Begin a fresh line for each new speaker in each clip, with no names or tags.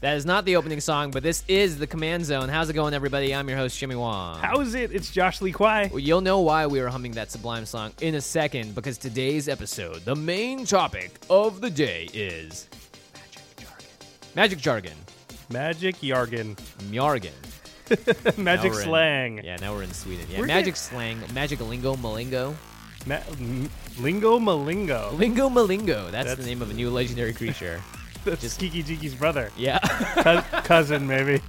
That is not the opening song, but this is the Command Zone. How's it going, everybody? I'm your host, Jimmy Wong.
How's it? It's Josh Lee Kwai.
Well, you'll know why we were humming that Sublime song in a second, because today's episode, the main topic of the day is magic jargon.
Magic Yargin.
Magic jargon. Mjargon. Now
Magic
we're in-
slang.
yeah, now we're in Sweden. Yeah,
We're
magic
get-
slang, magic lingo, malingo.
Ma- m- lingo Malingo.
Lingo malingo. That's, the
That's-
name of a new legendary creature.
That's Kiki Jiki's brother.
yeah.
Cous cousin, maybe.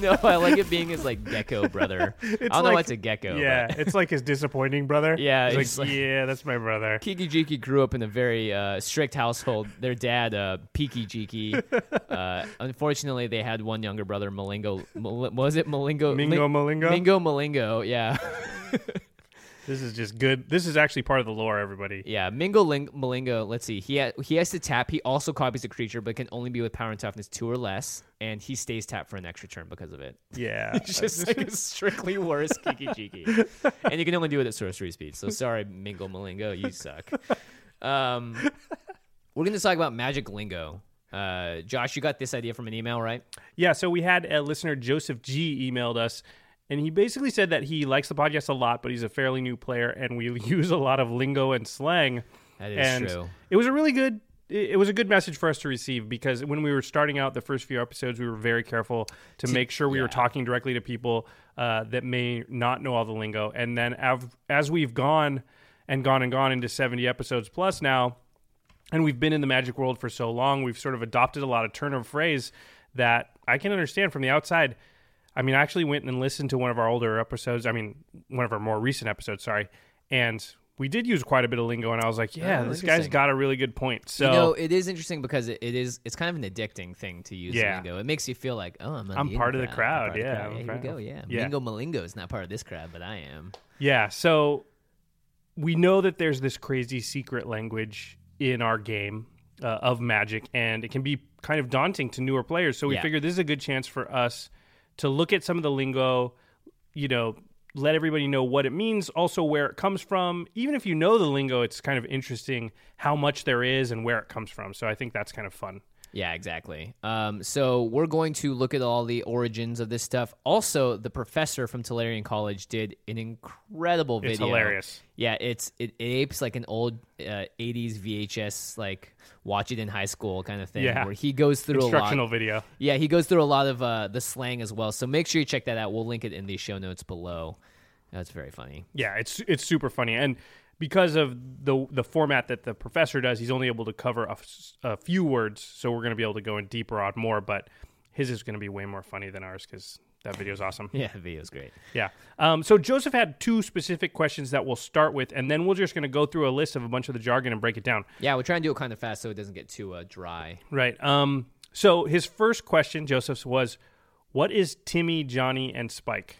no, I like it being his like gecko brother. I don't know
like-
why it's a gecco.
yeah,
but-
it's like his disappointing brother.
Yeah,
He's
it's
like,
like-
yeah, that's my brother.
Kiki Jiki grew up in a very uh, strict household. Their dad, uh, Piki Jiki. Uh, unfortunately, they had one younger brother, Malingo. Mal- was it Malingo?
Mingo Malingo?
Mingo Malingo. Yeah,
This is just good. This is actually part of the lore, everybody.
yeah. Mingo Ling- Malingo. Let's see. He ha- he has to tap. He also copies a creature, but can only be with power and toughness two or less, and he stays tapped for an extra turn because of it.
Yeah.
It's just like a strictly worse Kiki Jiki, and you can only do it at sorcery speed. So sorry, Mingo Malingo, you suck. Um, we're going to talk about magic lingo. Uh, Josh, you got this idea from an email, right?
Yeah, so we had a listener, Joseph G, emailed us, and he basically said that he likes the podcast a lot, but he's a fairly new player, and we use a lot of lingo and slang.
That is
and
true.
It was a really good. It it was a good message for us to receive because when we were starting out the first few episodes, we were very careful to make sure we were talking directly to people uh, that may not know all the lingo. And then av- as we've gone and gone and gone into 70 episodes plus now, and we've been in the magic world for so long, we've sort of adopted a lot of turn of phrase that I can understand from the outside. I mean, I actually went and listened to one of our older episodes. I mean, one of our more recent episodes, sorry. And we did use quite a bit of lingo, and I was like, yeah,
Oh,
this guy's
interesting.
got a really good point. So
you know, it is interesting because it, it is it's kind of an addicting thing to use
Yeah.
lingo. It makes you feel like, oh, I'm on
I'm
the in
part of the
I'm
crowd,
part of
yeah,
the
I'm
crowd.
part
Here
of-
we go. Yeah.
yeah.
Mingo Malingo is not part of this crowd, but I am.
Yeah, so we know that there's this crazy secret language in our game uh, of Magic, and it can be kind of daunting to newer players. So we
Yeah.
figured this is a good chance for us to look at some of the lingo, you know, let everybody know what it means, also where it comes from. Even if you know the lingo, it's kind of interesting how much there is and where it comes from. So I think that's kind of fun.
Yeah, exactly. Um, so we're going to look at all the origins of this stuff. Also, the professor from Tularian College did an incredible video.
It's hilarious.
Yeah, it's it, it apes like an old uh, '80s VHS like watch it in high school kind of thing,
Yeah.
where he goes through a lot.
Instructional video.
Yeah, he goes through a lot of uh, the slang as well. So make sure you check that out. We'll link it in the show notes below. That's very funny.
Yeah, it's it's super funny, and because of the the format that the professor does, he's only able to cover a, f- a few words. So we're going to be able to go in deeper on more, but his is going to be way more funny than ours because that video's awesome.
Yeah, the video's great.
Yeah. Um, so Joseph had two specific questions that we'll start with, and then we're just going to go through a list of a bunch of the jargon and break it down.
Yeah, we'll try and do it kind of fast so it doesn't get too uh, dry.
Right. Um. So his first question, Joseph's, was, "What is Timmy, Johnny, and Spike?"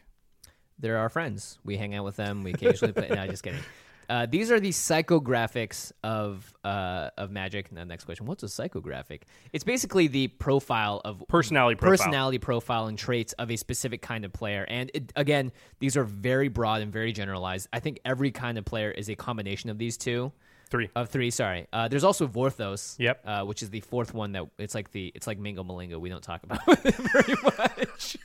they're our friends. We hang out with them. We occasionally play. No, just kidding. Uh, these are the psychographics of uh, of magic. Now, next question: What's a psychographic? It's basically the profile of
Personality profile.
personality profile and traits of a specific kind of player. And it, again, these are very broad and very generalized. I think every kind of player is a combination of these two.
Three.
Of three, sorry. Uh, there's also Vorthos.
Yep.
Uh, which is the fourth one that it's like the it's like Mingo Malingo. We don't talk about it very much.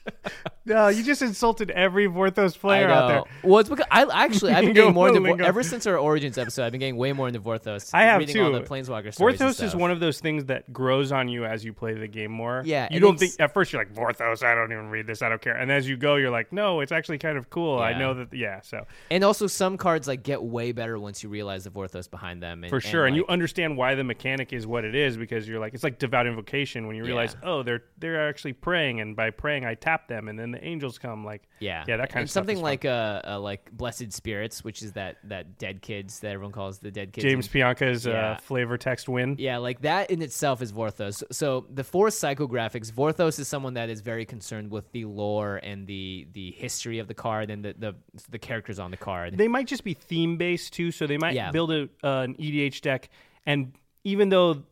No, you just insulted every Vorthos player
I know.
out there.
Well, it's because I actually I've been
Mingo
getting more into Vor-
Malingo.
ever since our Origins episode. I've been getting way more into Vorthos.
I have
reading
too.
All the Planeswalker stories and
Vorthos is
stuff.
one of those things that grows on you as you play the game more.
Yeah,
you
and
don't
it's-
think at first you're like Vorthos. I don't even read this. I don't care. And as you go, you're like, no, it's actually kind of cool. I
Yeah.
know that. Yeah, so
and also some cards like get way better once you realize the Vorthos behind them. And,
for sure, and
like,
you understand why the mechanic is what it is because you're like, it's like devout invocation when you realize, oh, they're they're actually praying, and by praying, I tap them, and then the angels come. Like,
yeah,
yeah, that kind
and
of stuff
something
is fun.
like uh, uh like Blessed Spirits, which is that that dead kids that everyone calls the dead kids.
James
in-
Pianca's
Yeah.
uh, flavor text win.
Yeah, like that in itself is Vorthos. So the four psychographics, Vorthos is someone that is very concerned with the lore and the the history of the card and the the, the characters on the card.
They might just be theme based too, so they might
Yeah.
build a, uh, an EDH deck And even though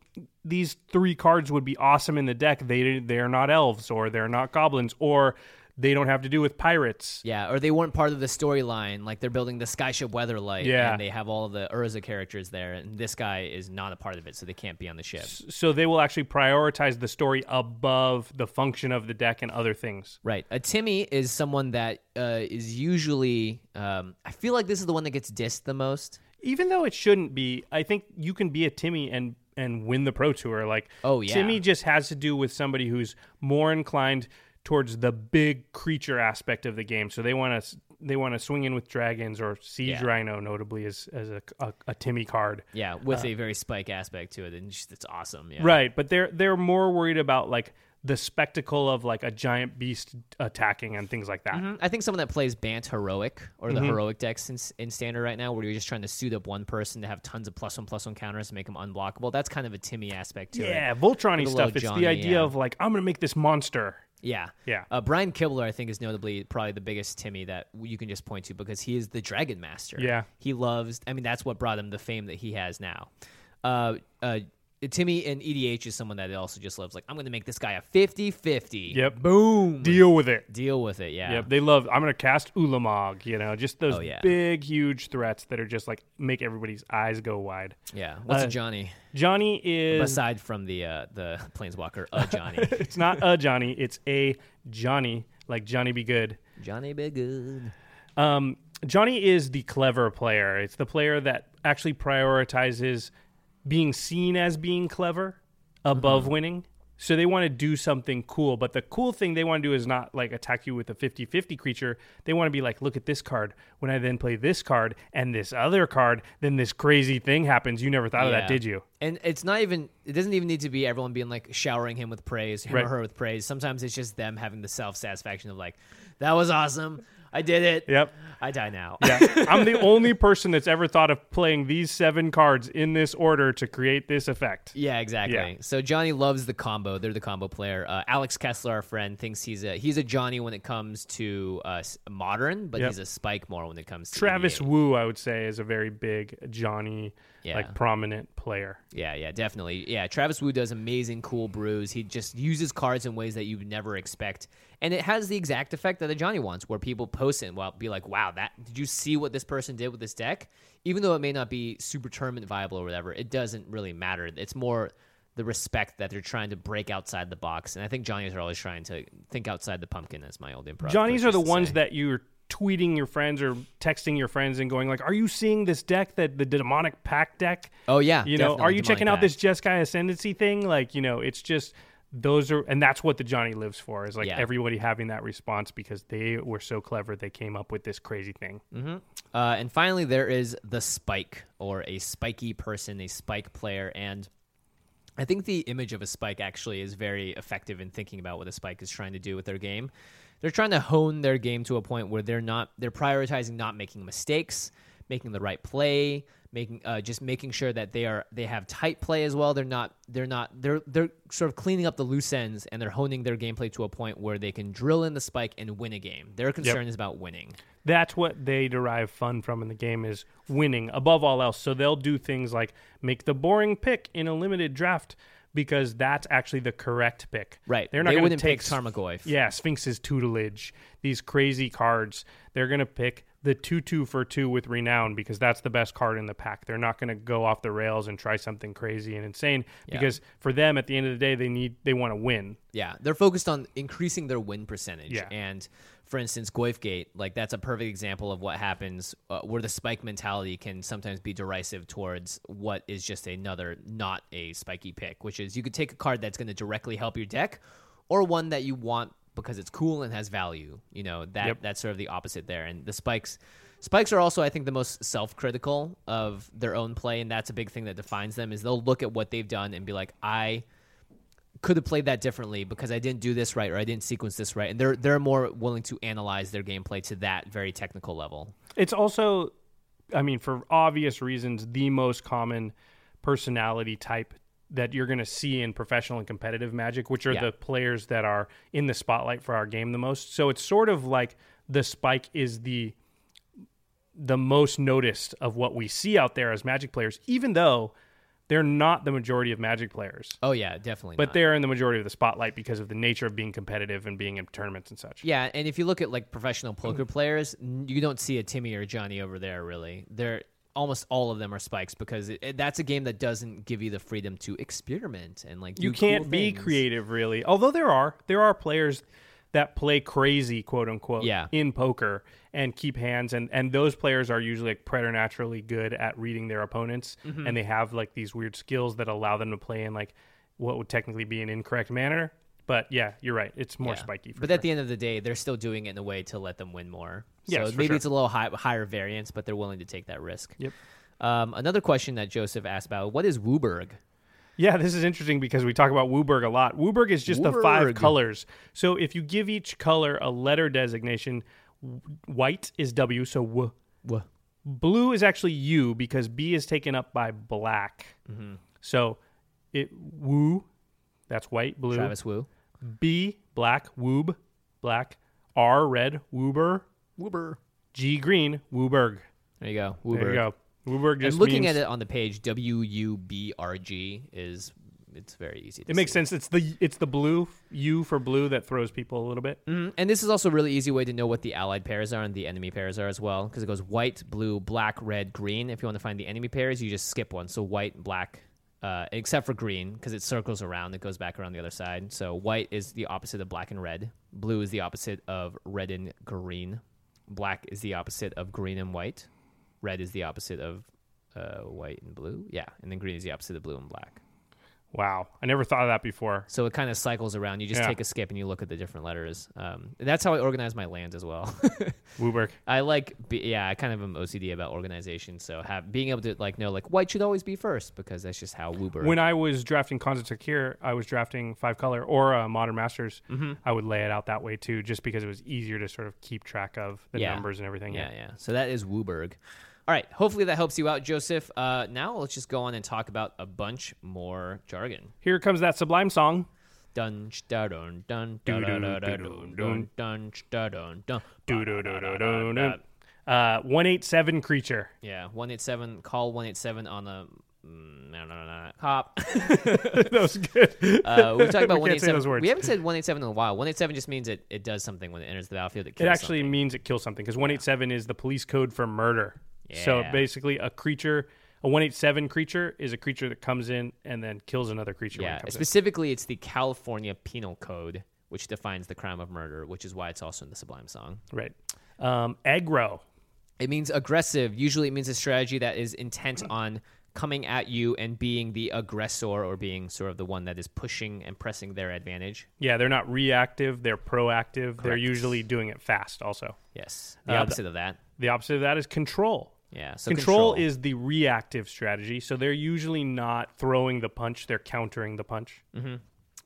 these three cards would be awesome in the deck, they they're not elves or they're not goblins or they don't have to do with pirates.
Yeah, or they weren't part of the storyline. Like they're building the skyship Weatherlight,
Yeah.
and they have all the Urza characters there, and this guy is not a part of it, so they can't be on the ship.
So they will actually prioritize the story above the function of the deck and other things.
Right. A Timmy is someone that uh, is usually. Um, I feel like this is the one that gets dissed the most.
Even though it shouldn't be, I think you can be a Timmy and and win the pro tour. Like
Oh, yeah.
Timmy just has to do with somebody who's more inclined towards the big creature aspect of the game. So they want to they want to swing in with dragons or siege
Yeah.
rhino, notably as as a, a, a Timmy card.
Yeah, with a very spike aspect to it, and just, it's awesome. Yeah.
Uh. Right, but they're they're more worried about like the spectacle of like a giant beast attacking and things like that.
Mhm. I think someone that plays Bant heroic or
Mm-hmm.
the heroic decks in, in standard right now, where you're just trying to suit up one person to have tons of plus one plus one counters to make them unblockable. That's kind of a Timmy aspect to it.
Yeah, Voltron
With a
stuff.
little
It's
Johnny,
the idea
yeah.
of like I'm gonna make this monster.
Yeah.
Yeah.
Uh, Brian Kibler, I think, is notably probably the biggest Timmy that you can just point to because he is the Dragon Master.
Yeah.
He loves, I mean, that's what brought him the fame that he has now. Uh, uh, Timmy and EDH is someone that also just loves, like, I'm going to make this guy a 50 50.
Yep.
Boom.
Deal with it.
Deal with it. Yeah.
Yep, they love. I'm gonna cast Ulamog. You know, just those
Oh, yeah.
big, huge threats that are just like make everybody's eyes go wide.
Yeah. What's
Uh,
a Johnny?
Johnny is.
Aside from the uh, the Planeswalker, a Johnny.
It's not a Johnny. It's a Johnny. Like Johnny be good.
Johnny be good.
Um, Johnny is the clever player. It's the player that actually prioritizes being seen as being clever above winning. So they want to do something cool, but the cool thing they want to do is not like attack you with a 50-50 creature. They want to be like, look at this card. When I then play this card and this other card, then this crazy thing happens. You never thought of
Yeah.
that, did you?
And it's not even. It doesn't even need to be everyone being like showering him with praise, him
Right.
or her with praise. Sometimes it's just them having the self satisfaction of like, "That was awesome. I did it.
Yep.
I die now."
Yeah. I'm the only person that's ever thought of playing these seven cards in this order to create this effect.
Yeah, exactly.
Yeah.
So Johnny loves the combo. They're the combo player. Uh, Alex Kessler, our friend, thinks he's a he's a Johnny when it comes to uh, s- modern, but
Yep.
he's a Spike more when it comes to
Travis
EDH.
Wu, I would say, is a very big Johnny,
Yeah.
like prominent player.
Yeah, yeah, definitely. Yeah, Travis Wu does amazing, cool brews. He just uses cards in ways that you would never expect, and it has the exact effect that a Johnny wants, where people post it and well, be like, "Wow, that did you see what this person did with this deck?" Even though it may not be super tournament viable or whatever, it doesn't really matter. It's more the respect that they're trying to break outside the box, and I think Johnnies are always trying to think outside the pumpkin. That's my old improv.
Johnnies
coach
are the
used to
ones
say.
that you're tweeting your friends or texting your friends and going like, "Are you seeing this deck that the demonic pack deck?
Oh, yeah,
you know,
definitely,
are you
Demonic
checking
Pact."
out this Jeskai Ascendancy thing? Like, you know, it's just." Those are, and that's what the Johnny lives for is like
Yeah.
everybody having that response because they were so clever they came up with this crazy thing.
Uh, and finally, there is the spike, or a spiky person, a spike player. And I think the image of a spike actually is very effective in thinking about what a spike is trying to do with their game. They're trying to hone their game to a point where they're not they're prioritizing not making mistakes, making the right play, making uh, just making sure that they are they have tight play as well. They're not they're not they're they're sort of cleaning up the loose ends and they're honing their gameplay to a point where they can drill in the spike and win a game. Their concern is about winning.
that's what they derive fun from in the game is winning above all else. So they'll do things like make the boring pick in a limited draft because that's actually the correct pick.
Right.
They're not
They
going to
wouldn't
take
pick Tarmogoyf.
Yeah, Sphinx's tutelage, these crazy cards. They're going to pick the 2 2 for 2 with renown because that's the best card in the pack. They're not going to go off the rails and try something crazy and insane because for them at the end of the day they need they want to win.
Yeah, they're focused on increasing their win percentage.
Yeah.
And for instance, Goifgate, like that's a perfect example of what happens uh, where the spike mentality can sometimes be derisive towards what is just another not a spiky pick, which is you could take a card that's going to directly help your deck or one that you want because it's cool and has value. You know, that
Yep.
that's sort of the opposite there. And the spikes spikes are also I think the most self-critical of their own play and that's a big thing that defines them is they'll look at what they've done and be like, "I could have played that differently because I didn't do this right or I didn't sequence this right. And they're they're more willing to analyze their gameplay to that very technical level.
It's also, I mean, for obvious reasons, the most common personality type that you're going to see in professional and competitive magic, which are
Yeah.
the players that are in the spotlight for our game the most. So it's sort of like the spike is the the most noticed of what we see out there as magic players even though they're not the majority of Magic players,
Oh yeah, definitely.
but
not.
they're in the majority of the spotlight because of the nature of being competitive and being in tournaments and such.
Yeah, and if you look at like
Mm.
professional poker players, n- you don't see a Timmy or a Johnny over there really. They're almost all of them are spikes because it, it- that's a game that doesn't give you the freedom to experiment and like
you
do cool
can't be
things.
creative really although there are there are players that play crazy quote unquote
Yeah.
in poker and keep hands and and those players are usually like preternaturally good at reading their opponents
Mm-hmm.
and they have like these weird skills that allow them to play in like what would technically be an incorrect manner but yeah you're right it's more
Yeah.
spiky for
but
sure.
at the end of the day, they're still doing it in a way to let them win more.
Yes,
so
for
maybe
sure.
it's a little high, higher variance, but they're willing to take that risk.
Yep.
Um, another question that Joseph asked about: What is Wooberg?
Yeah, this is interesting because we talk about Wooberg a lot. Wooberg is just the five
Wooberg.
colors. So if you give each color a letter designation, w- white is W, so W.
W.
Blue is actually U because B is taken up by black.
Mm-hmm.
So it woo, that's white, blue.
Travis Woo.
B, black, woob, black. R, red, woober.
Woober.
G, green, wooberg.
There you go. Wooberg.
There you go. Wooberg just
And looking
means-
at it on the page, W U B R G is it's very easy. To
It makes
see.
sense. It's the it's the blue U for blue that throws people a little bit.
Mhm. And this is also a really easy way to know what the allied pairs are and the enemy pairs are as well, because it goes white, blue, black, red, green. If you want to find the enemy pairs, you just skip one. So white, black, uh, except for green, because it circles around. It goes back around the other side. So white is the opposite of black and red. Blue is the opposite of red and green. Black is the opposite of green and white. Red is the opposite of uh, white and blue. Yeah, and then green is the opposite of blue and black.
Wow, I never thought of that before.
So it kind of cycles around. You just
Yeah.
take a skip and you look at the different letters. Um, and that's how I organize my land as well.
Wooberg.
I like, be- yeah, I kind of am OCD about organization. So have being able to like know like white should always be first because that's just how Woober.
When I was drafting Concept Secure, I was drafting Five Color or uh, Modern Masters. I would lay it out that way too, just because it was easier to sort of keep track of the
Yeah.
numbers and everything.
yeah, yeah. So that is Wooberg. All right. Hopefully that helps you out, Joseph. Uh, now let's just go on and talk about a bunch more jargon.
Here comes that Sublime song.
Dun sh- da dun dun da da da da dun dun dun sh- da dun dun.
Uh, One eight seven creature.
Yeah, one eight seven. Call one eight seven on the. Mm, no, no, no, no, cop.
that was good.
Uh, we talked about
We
one
can't
eight
say those
seven.
words.
We haven't said one eight seven in a while. One eight seven just means it, it does something when it enters the battlefield. It,
it
kills
actually means it kills something because 187 is the police code for murder. So
Yeah.
basically, a creature, a 187 creature is a creature that comes in and then kills another creature.
something.
when it
yeah.
comes in.
Specifically, it's the California Penal Code, which defines the crime of murder, which is why it's also in the Sublime song.
Right. Um, aggro.
It means aggressive. Usually, it means a strategy that is intent on coming at you and being the aggressor or being sort of the one that is pushing and pressing their advantage.
Yeah, they're not reactive. They're proactive. They're
Correct.
usually doing it fast. Also,
Yes, the
Uh, the-
opposite of that.
the opposite of that is control.
Yeah. So
control, is the reactive strategy. So they're usually not throwing the punch. They're countering the punch.
Mm-hmm.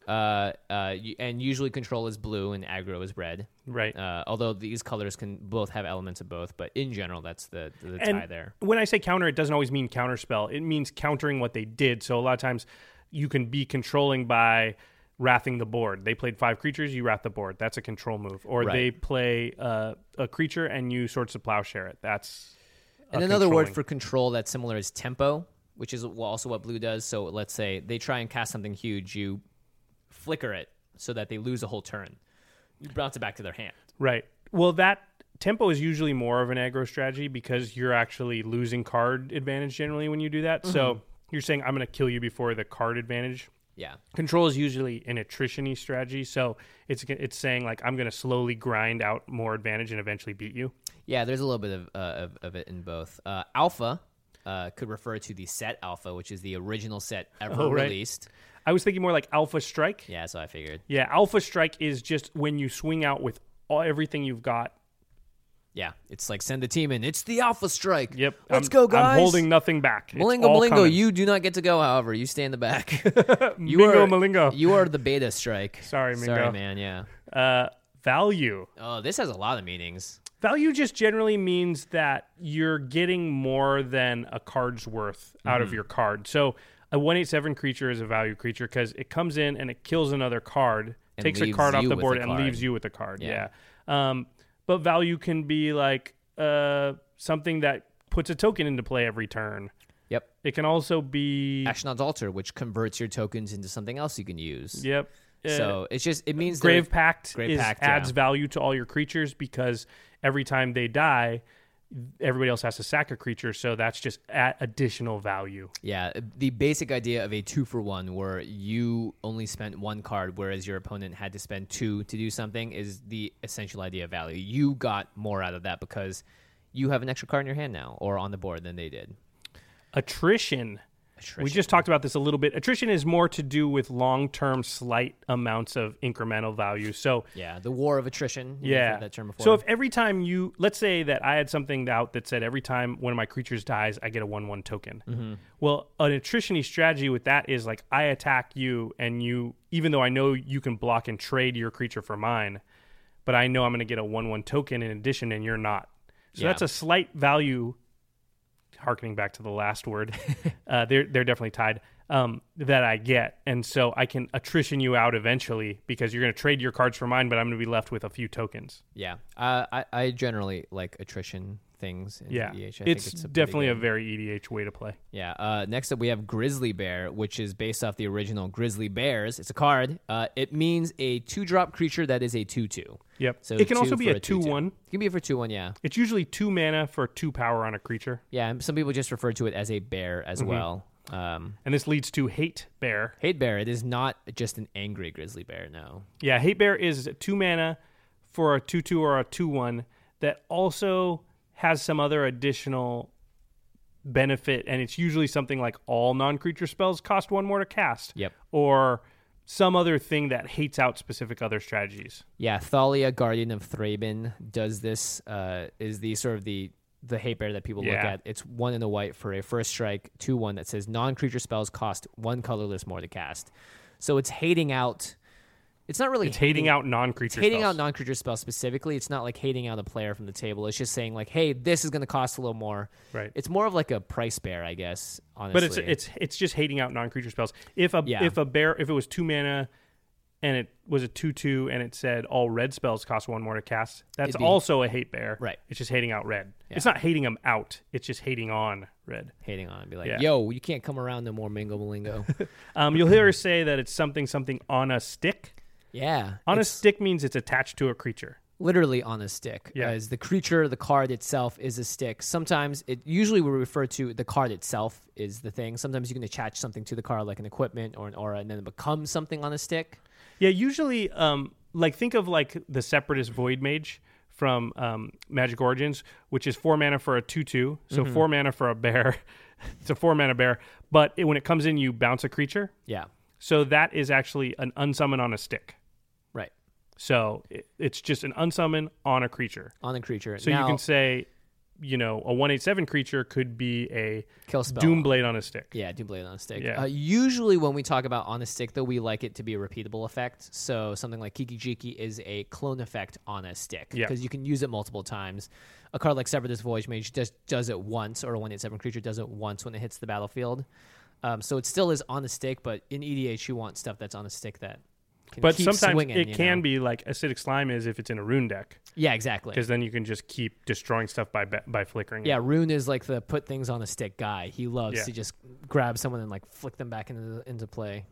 uh, uh, y- and usually control is blue and aggro is red.
Right.
Uh, although these colors can both have elements of both, but in general, that's the, the, the tie
and
there.
when I say counter, it doesn't always mean counterspell. It means countering what they did. So a lot of times, you can be controlling by wrathing the board. They played five creatures. You wrath the board. That's a control move. Or
Right.
they play uh, a creature and you sorts of plowshare it. That's a
And another word
controlling.
for control that's similar is tempo, which is wh- also what blue does. So let's say they try and cast something huge, you flicker it so that they lose a whole turn. You bounce it back to their hand.
Right. Well, that tempo is usually more of an aggro strategy because you're actually losing card advantage generally when you do that.
Mm-hmm.
So you're saying, I'm going to kill you before the card advantage.
Yeah.
Control is usually an attrition strategy. So it's, it's saying, like, I'm going to slowly grind out more advantage and eventually beat you.
Yeah, there's a little bit of, uh, of, of it in both. Uh, alpha uh, could refer to the set alpha, which is the original set ever
Oh, right.
released.
I was thinking more like Alpha Strike.
Yeah, so I figured.
Yeah, Alpha Strike is just when you swing out with all, everything you've got.
Yeah, it's like send the team in. It's the Alpha Strike.
Yep.
let's
I'm-
go, guys.
I'm holding nothing back. It's
Malingo,
all
Malingo,
coming.
you do not get to go. However, you stay in the back. you
Mingo,
are
Malingo.
You are the beta strike.
Sorry,
Sorry,
Mingo.
man. Yeah.
Uh, value.
Oh, this has a lot of meanings.
Value just generally means that you're getting more than a card's worth out
Mm-hmm.
of your card. So a 187 creature is a value creature because it comes in and it kills another card,
And
takes a
leaves
card off
you
the
with
board,
a
and
card.
leaves you with a card.
Yeah.
Yeah. Um, but value can be like uh, something that puts a token into play every turn.
Yep.
It can also be
Ashnod's Altar, which converts your tokens into something else you can use.
yep. Uh,
So it's just it means they're-
Grave Pact,
Grave
is,
Pact,
adds
yeah.
value to all your creatures because every time they die, everybody else has to sack a creature, so that's just at additional value.
Yeah, the basic idea of a two for one, where you only spent one card, whereas your opponent had to spend two to do something, is the essential idea of value. You got more out of that because you have an extra card in your hand now or on the board than they did.
Attrition. We
Attrition.
just talked about this a little bit. Attrition is more to do with long-term slight amounts of incremental value. So
Yeah, the war of attrition. You've
Yeah.
heard that term before.
So if every time you, let's say that I had something out that said every time one of my creatures dies, I get a one-one token.
Mm-hmm.
Well, an attrition strategy with that is like I attack you, and you, even though I know you can block and trade your creature for mine, but I know I'm going to get a one-one token in addition, and you're not. So
Yeah.
that's a slight value. Harkening back to the last word, uh, they're they're definitely tied. Um, that I get, and so I can attrition you out eventually because you're going to trade your cards for mine, but I'm going to be left with a few tokens.
yeah, uh, I I generally like attrition things. In
Yeah,
EDH. E I think
it's,
a pretty
definitely
good-
a very EDH way to play.
Yeah. Uh, next up, we have Grizzly Bear, which is based off the original Grizzly Bears. It's a card. Uh, it means a two-drop creature that is a two-two.
Yep.
So
it can
two
also be
for
a two-one.
It can be for two-one. Yeah.
It's usually two mana for two power on a creature,
Yeah. and Some people just refer to it as a bear as
Mm-hmm.
well. Um,
and this leads to Hate Bear.
hate bear. It is not just an angry grizzly bear. No.
Yeah, Hate Bear is two mana for a two-two or a two-one that also has some other additional benefit, and it's usually something like all non-creature spells cost one more to cast.
Yep.
Or some other thing that hates out specific other strategies.
Yeah, Thalia, Guardian of Thraben, does this. Uh, is the sort of the the hate bear that people look
Yeah.
at. It's one in the white for a first strike, two one that says non creature spells cost one colorless more to cast. So it's hating out. It's not really
It's hating out non-creature.
hating
spells.
out non creature spells specifically. It's not like hating out a player from the table. It's just saying like, hey, this is going to cost a little more.
Right.
It's more of like a price bear, I guess. Honestly,
But it's it's it's just hating out non-creature spells. If a
Yeah.
if a bear if it was two mana, and it was a two two, and it said all red spells cost one more to cast, that's
It'd be-
also a hate bear.
Right.
It's just hating out red. It's not hating them out. It's just hating on red.
hating on. it. Be like,
Yeah.
yo, you can't come around no more, Mingo Malingo.
Um, you'll hear her say that it's something something on a stick.
yeah,
On
it's-
a stick means it's attached to a creature.
literally on a stick.
Yeah.
As the creature, the card itself is a stick. Sometimes it usually we refer to the card itself is the thing. Sometimes you can attach something to the card, like an equipment or an aura, and then it becomes something on a stick.
Yeah, usually, um, like think of like the Separatist Void Mage from um, Magic Origins, which is four mana for a two-two, so
Mm-hmm.
four mana for a bear. it's a four mana bear, but it, when it comes in, you bounce a creature.
Yeah.
So that is actually an unsummon on a stick.
Right.
So it, it's just an unsummon on a creature.
On a creature.
So
now,
you can say, you know, a one eight seven creature could be a
kill spell.
Doomblade on a stick.
Yeah, Doomblade on a stick.
Yeah.
Uh, usually, when we talk about on a stick, though, we like it to be a repeatable effect. So something like Kiki Jiki is a clone effect on a stick
Yeah.
because you can use it multiple times. A card like Separatist Voyage Mage just does it once, or a one eight seven creature does it once when it hits the battlefield. Um, so it still is on the stick, but in EDH, you want stuff that's on a stick that. Can
But
keep
sometimes
swinging,
it
you
can
know?
be like acidic slime is if it's in a rune deck.
Yeah, exactly.
because then you can just keep destroying stuff by ba- by flickering. it.
Yeah, Rune is like the put things on a stick guy. He loves
Yeah.
to just grab someone and like flick them back into into play.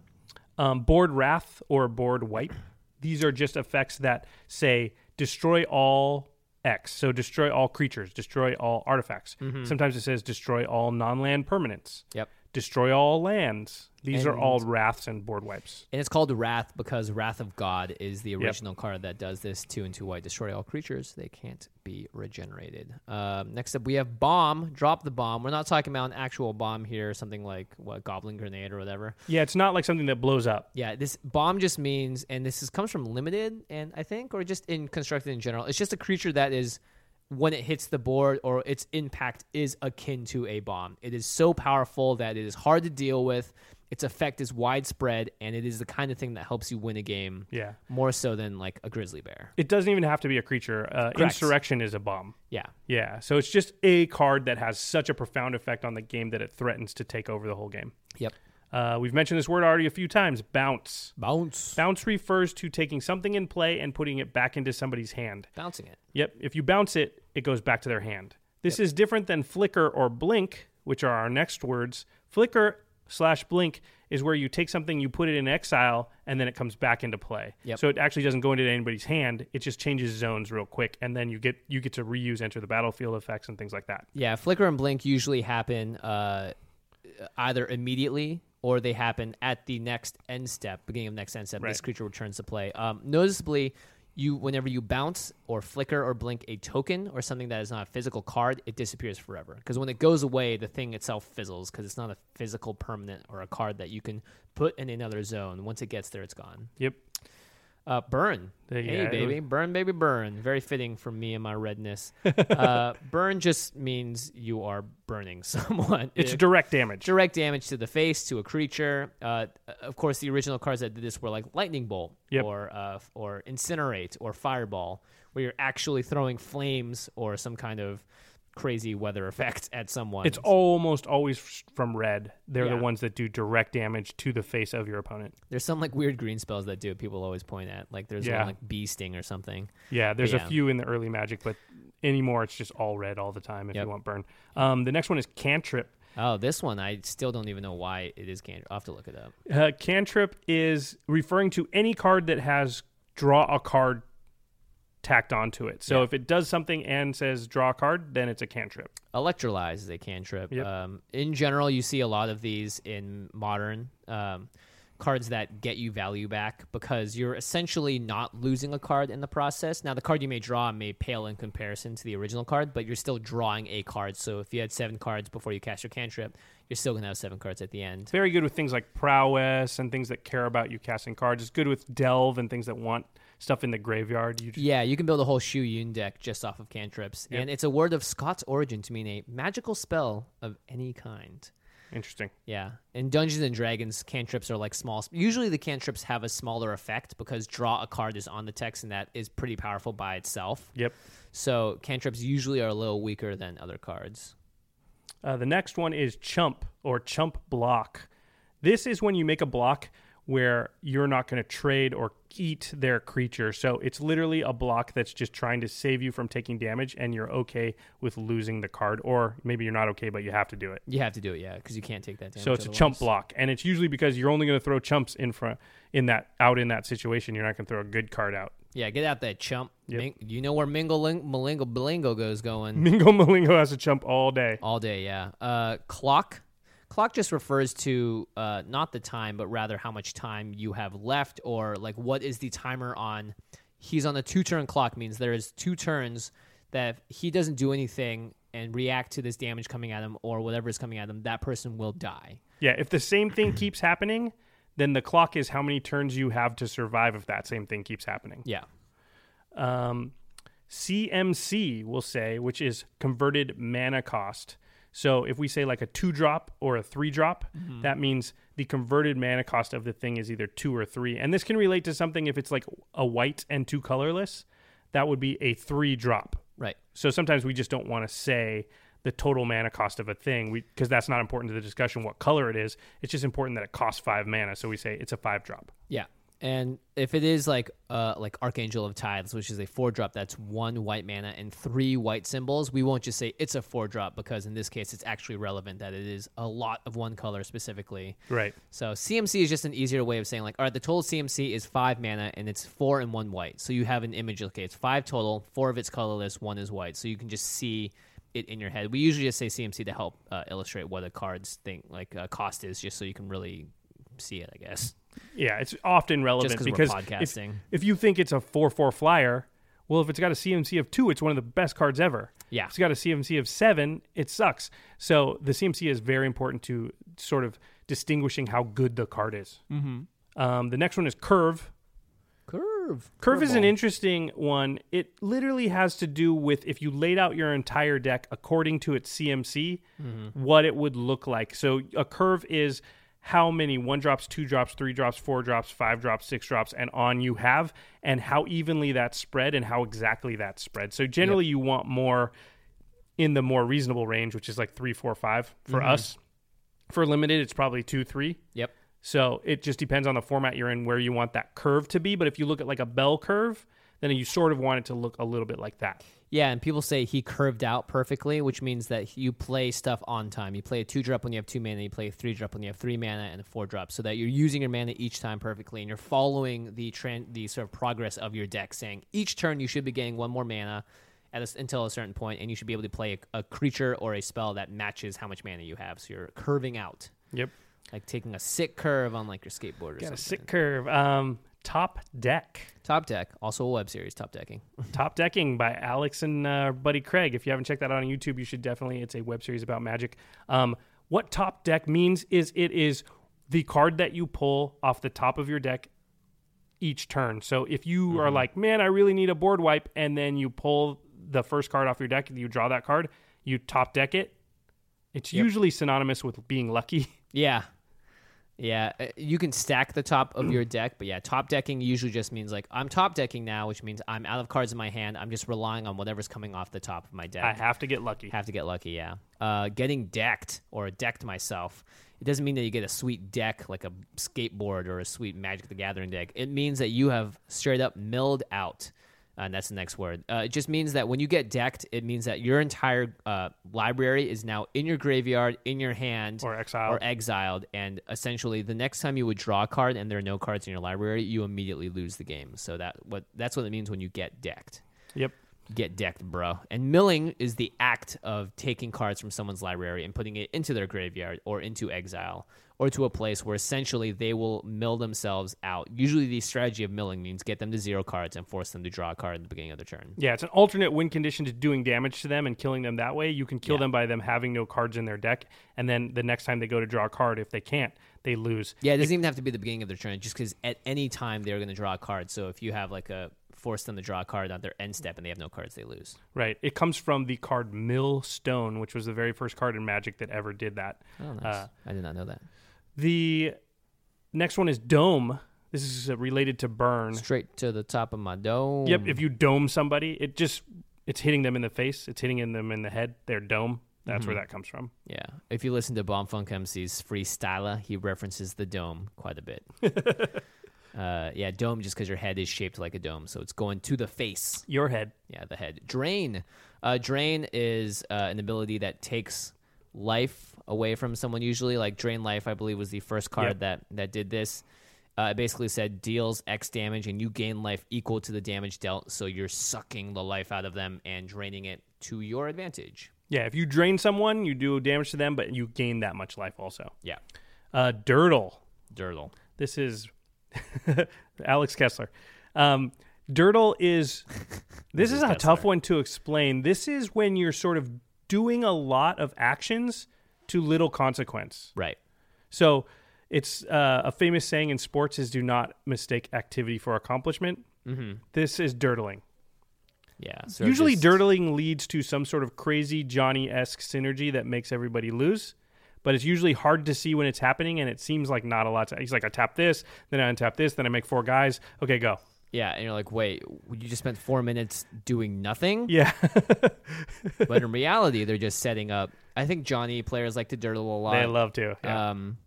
Um, board wrath or board wipe. These are just effects that say destroy all X. So destroy all creatures, destroy all artifacts.
Mm-hmm.
Sometimes it says destroy all non-land permanents,
Yep.
destroy all lands. These are
And-
all wraths and board wipes.
And it's called Wrath because Wrath of God is the original card that does this two and two white. Destroy all creatures. They can't be regenerated. Um, next up, we have Bomb. Drop the bomb. We're not talking about an actual bomb here, something like what Goblin Grenade or whatever.
Yeah, it's not like something that blows up.
Yeah, this bomb just means, and this is, comes from limited, and I think, or just in constructed in general. It's just a creature that is, when it hits the board or its impact is akin to a bomb. It is so powerful that it is hard to deal with. Its effect is widespread, and it is the kind of thing that helps you win a game
Yeah.
more so than like a grizzly bear.
It doesn't even have to be a creature. Uh,
Correct.
insurrection is a bomb.
Yeah,
Yeah, so it's just a card that has such a profound effect on the game that it threatens to take over the whole game.
yep.
Uh, we've mentioned this word already a few times bounce.
Bounce,
Bounce refers to taking something in play and putting it back into somebody's hand.
bouncing it.
Yep, if you bounce it, it goes back to their hand. This is different than flicker or blink, which are our next words. Flicker slash blink is where you take something, you put it in exile, and then it comes back into play.
Yep.
So it actually doesn't go into anybody's hand. It just changes zones real quick, and then you get you get to reuse enter the battlefield effects and things like that.
Yeah, flicker and blink usually happen uh, either immediately or they happen at the next end step, beginning of next end step. This
Right.
creature returns to play. Um, noticeably, you whenever you bounce or flicker or blink a token or something that is not a physical card, it disappears forever. Because when it goes away, the thing itself fizzles because it's not a physical permanent or a card that you can put in another zone. Once it gets there, it's gone.
Yep.
Uh, burn.
Yeah,
hey,
it
baby. Burn, baby, burn. Very fitting for me and my redness. uh, burn just means you are burning someone.
It's
It-
direct damage.
direct damage to the face, to a creature. Uh, of course, the original cards that did this were like Lightning Bolt
Yep.
or, uh, or Incinerate or Fireball, where you're actually throwing flames or some kind of crazy weather effect at someone.
It's almost always f- from red. They're
Yeah.
the ones that do direct damage to the face of your opponent.
There's some like weird green spells that do it, people always point at. Like there's
Yeah.
one like Bee Sting or something.
Yeah, there's
yeah.
a few in the early Magic, but anymore it's just all red all the time if
Yep.
you want burn. Um, the next one is cantrip.
Oh, this one I still don't even know why it is cantrip. I'll have to look it up.
Uh, cantrip is referring to any card that has draw a card tacked onto it. So if it does something and says draw a card, then it's a cantrip.
Electrolyze is a cantrip.
Yep.
Um, in general, you see a lot of these in modern um, cards that get you value back because you're essentially not losing a card in the process. Now, the card you may draw may pale in comparison to the original card, but you're still drawing a card. So if you had seven cards before you cast your cantrip, you're still going to have seven cards at the end.
It's very good with things like prowess and things that care about you casting cards. It's good with delve and things that want stuff in the graveyard. You just,
Yeah, you can build a whole Shu Yun deck just off of cantrips. And it's a word of Scots origin to mean a magical spell of any kind.
Interesting.
Yeah. In Dungeons and Dragons, cantrips are like small. Usually the cantrips have a smaller effect because draw a card is on the text and that is pretty powerful by itself.
Yep.
So cantrips usually are a little weaker than other cards.
Uh, the next one is chump or chump block. This is when you make a block where you're not going to trade or eat their creature. So it's literally a block that's just trying to save you from taking damage and you're okay with losing the card, or maybe you're not okay, but you have to do it.
You have to do it, yeah, because you can't take that damage.
So it's a
otherwise.
chump block, and it's usually because you're only going to throw chumps in front in that out in that situation. You're not going to throw a good card out.
Yeah, get out that chump.
Yep.
Ming- you know where Mingle Ling- Malingo Blingo goes going.
Mingo Malingo has a chump all day.
All day, yeah. Uh, clock. Clock just refers to uh, not the time, but rather how much time you have left, or like what is the timer on. He's on a two turn clock, means there is two turns that if he doesn't do anything and react to this damage coming at him or whatever is coming at him, that person will die.
Yeah, if the same thing keeps happening, then the clock is how many turns you have to survive if that same thing keeps happening.
Yeah.
um, CMC will say, which is converted mana cost. So if we say like a two drop or a three drop, that means the converted mana cost of the thing is either two or three. And this can relate to something if it's like a white and two colorless, that would be a three drop.
Right.
So sometimes we just don't want to say the total mana cost of a thing because that's not important to the discussion what color it is. It's just important that it costs five mana. So we say it's a five drop.
Yeah. And if it is like uh like Archangel of Tithes, which is a four drop, that's one white mana and three white symbols, we won't just say it's a four drop because in this case it's actually relevant that it is a lot of one color specifically.
Right.
So CMC is just an easier way of saying like, all right, the total CMC is five mana and it's four and one white. So you have an image. Okay, it's five total. Four of it's colorless. One is white. So you can just see it in your head. We usually just say CMC to help uh, illustrate what a card's thing like uh, cost is, just so you can really see it. I guess.
Yeah, it's often relevant
'cause we're
because
podcasting.
If, if you think it's a four four flyer, well, if it's got a CMC of two, it's one of the best cards ever.
Yeah.
if it's got a CMC of seven, it sucks. So the CMC is very important to sort of distinguishing how good the card is. Mm-hmm. Um, the next one is curve.
Curve.
Curve is an interesting one. It literally has to do with if you laid out your entire deck according to its CMC, what it would look like. So a curve is how many one drops, two drops, three drops, four drops, five drops, six drops, and on you have, and how evenly that's spread and how exactly that's spread. So generally, you want more in the more reasonable range, which is like three, four, five for us. For limited, it's probably two, three.
Yep.
So it just depends on the format you're in, where you want that curve to be. But if you look at like a bell curve, then then you sort of want it to look a little bit like that.
Yeah, and people say he curved out perfectly, which means that you play stuff on time. You play a two drop when you have two mana, you play a three drop when you have three mana, and a four drop, so that you're using your mana each time perfectly, and you're following the tran the sort of progress of your deck, saying each turn you should be getting one more mana at a s until a certain point, and you should be able to play a, a creature or a spell that matches how much mana you have. So you're curving out,
Yep.
like taking a sick curve on like your skateboard or
Got
something.
a sick curve. Um, top deck.
Top deck, also a web series, top decking.
Top Decking by Alex and uh, Buddy Craig. If you haven't checked that out on YouTube, you should definitely. It's a web series about magic. Um, what Top Deck means is it is the card that you pull off the top of your deck each turn. So if you are like, man, I really need a board wipe, and then you pull the first card off your deck, you draw that card, you top deck it. It's usually synonymous with being lucky.
Yeah. Yeah, uh, you can stack the top of your deck, but yeah, top decking usually just means like I'm top decking now, which means I'm out of cards in my hand. I'm just relying on whatever's coming off the top of my deck.
I have to get lucky.
Have to get lucky, yeah. Uh, getting decked or decked myself. It doesn't mean that you get a sweet deck like a skateboard or a sweet Magic the Gathering deck. It means that you have straight up milled out. And that's the next word. Uh, it just means that when you get decked, it means that your entire uh, library is now in your graveyard, in your hand,
Or exiled.
or exiled. And essentially, the next time you would draw a card and there are no cards in your library, you immediately lose the game. So that what that's what it means when you get decked
Yep.
get decked, bro. And milling is the act of taking cards from someone's library and putting it into their graveyard or into exile or to a place where essentially they will mill themselves out. Usually, the strategy of milling means get them to zero cards and force them to draw a card at the beginning of their turn.
Yeah, it's an alternate win condition to doing damage to them and killing them that way. You can kill them by them having no cards in their deck, and then the next time they go to draw a card, if they can't, they lose.
Yeah, it doesn't even have to be the beginning of their turn, just because at any time they're going to draw a card. So if you have like a force them to draw a card on their end step and they have no cards, they lose.
Right. It comes from the card Millstone, which was the very first card in Magic that ever did that.
Oh, nice.
Uh,
I did not know that.
the next one is Dome. This is uh, related to Burn.
Straight to the top of my dome.
Yep. If you dome somebody, it just it's hitting them in the face. It's hitting in them in the head. Their dome. That's where that comes from.
Yeah. If you listen to Bomb Funk MC's Freestyler, he references the dome quite a bit. uh, yeah, dome just because your head is shaped like a dome, so it's going to the face.
Your head.
Yeah, the head. Drain. Uh, drain is uh, an ability that takes life away from someone. Usually, like drain life, I believe was the first card
Yep.
that that did this. Uh, it basically said deals X damage and you gain life equal to the damage dealt, so you're sucking the life out of them and draining it to your advantage.
Yeah. If you drain someone, you do damage to them, but you gain that much life also.
Yeah,
Uh, Dirtle.
dirtle.
This is Alex Kessler. Um, Dirtle is this is a tough one to explain. This is when you're sort of doing a lot of actions to little consequence.
Right.
So it's uh, a famous saying in sports is do not mistake activity for accomplishment. Mm-hmm. This is dirtling.
Yeah. So
Usually,
just-
dirtling leads to some sort of crazy Johnny esque synergy that makes everybody lose. But it's usually hard to see when it's happening, and it seems like not a lot. To, he's like, I tap this, then I untap this, then I make four guys. Okay, go.
Yeah, and you're like, wait, you just spent four minutes doing nothing.
Yeah,
But in reality, they're just setting up. I think Johnny players like to dirtle a lot.
they love to. Yeah.
Um,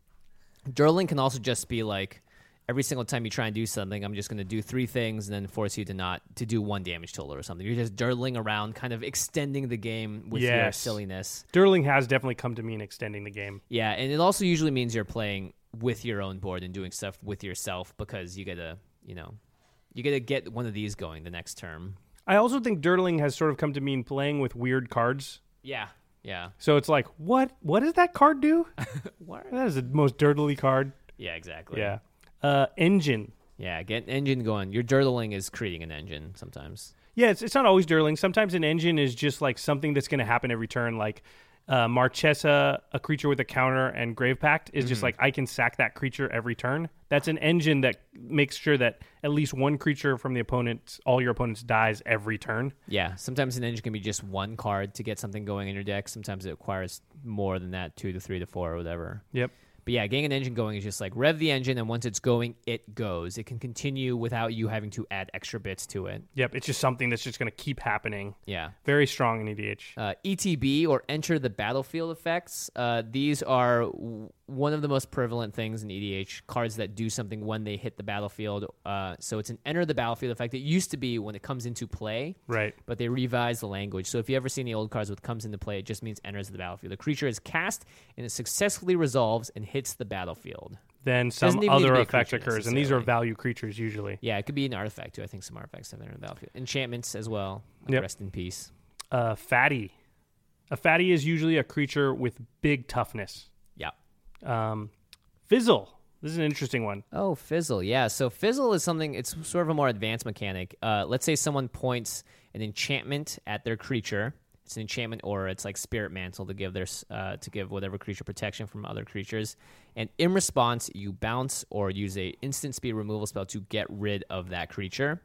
dirtling can also just be like every single time you try and do something, I'm just going to do three things and then force you to not to do one damage total or something. You're just dirtling around, kind of extending the game with your
Yes.
silliness.
dirtling has definitely come to mean extending the game.
Yeah, and it also usually means you're playing with your own board and doing stuff with yourself because you gotta, you know, you gotta get one of these going the next term.
I also think dirtling has sort of come to mean playing with weird cards.
Yeah, yeah.
So it's like, what? What does that card do? that is the most dirtly card.
Yeah, exactly.
Yeah. Uh, engine.
Yeah, get an engine going. Your dirtling is creating an engine sometimes.
Yeah, it's, it's not always Durling. Sometimes an engine is just like something that's going to happen every turn. Like uh, Marchesa, a creature with a counter, and Grave Pact is
Mm-hmm.
just like, I can sack that creature every turn. That's an engine that makes sure that at least one creature from the opponent, all your opponents, dies every turn.
Yeah, sometimes an engine can be just one card to get something going in your deck. Sometimes it requires more than that, two to three to four or whatever.
Yep.
But yeah, getting an engine going is just like rev the engine, and once it's going, it goes. It can continue without you having to add extra bits to it.
Yep. It's just something that's just going to keep happening.
Yeah.
Very strong in E EDH.
E uh, ETB or Enter the Battlefield effects. Uh, these uh, are w- one of the most prevalent things in EDH cards that do something when they hit the battlefield. Uh, so it's an enter the battlefield effect. It used to be when it comes into play,
Right.
but they revised the language. So if you ever see any old cards with comes into play, it just means enters the battlefield. The creature is cast and it successfully resolves and hits the battlefield.
Then
Doesn't
some
even need to
other
be a
effect
creature
occurs, and these are
necessarily.
value creatures usually.
Yeah, it could be an artifact too. I think some artifacts have entered the battlefield. Enchantments as well. Like
Yep.
Rest in peace.
Uh, fatty. A fatty is usually a creature with big toughness.
Yeah.
Um, fizzle. This is an interesting one.
Oh, fizzle. Yeah. So fizzle is something. It's sort of a more advanced mechanic. Uh, let's say someone points an enchantment at their creature. It's an enchantment aura. It's like spirit mantle to give their s- uh, to give whatever creature protection from other creatures. And in response, you bounce or use a instant speed removal spell to get rid of that creature.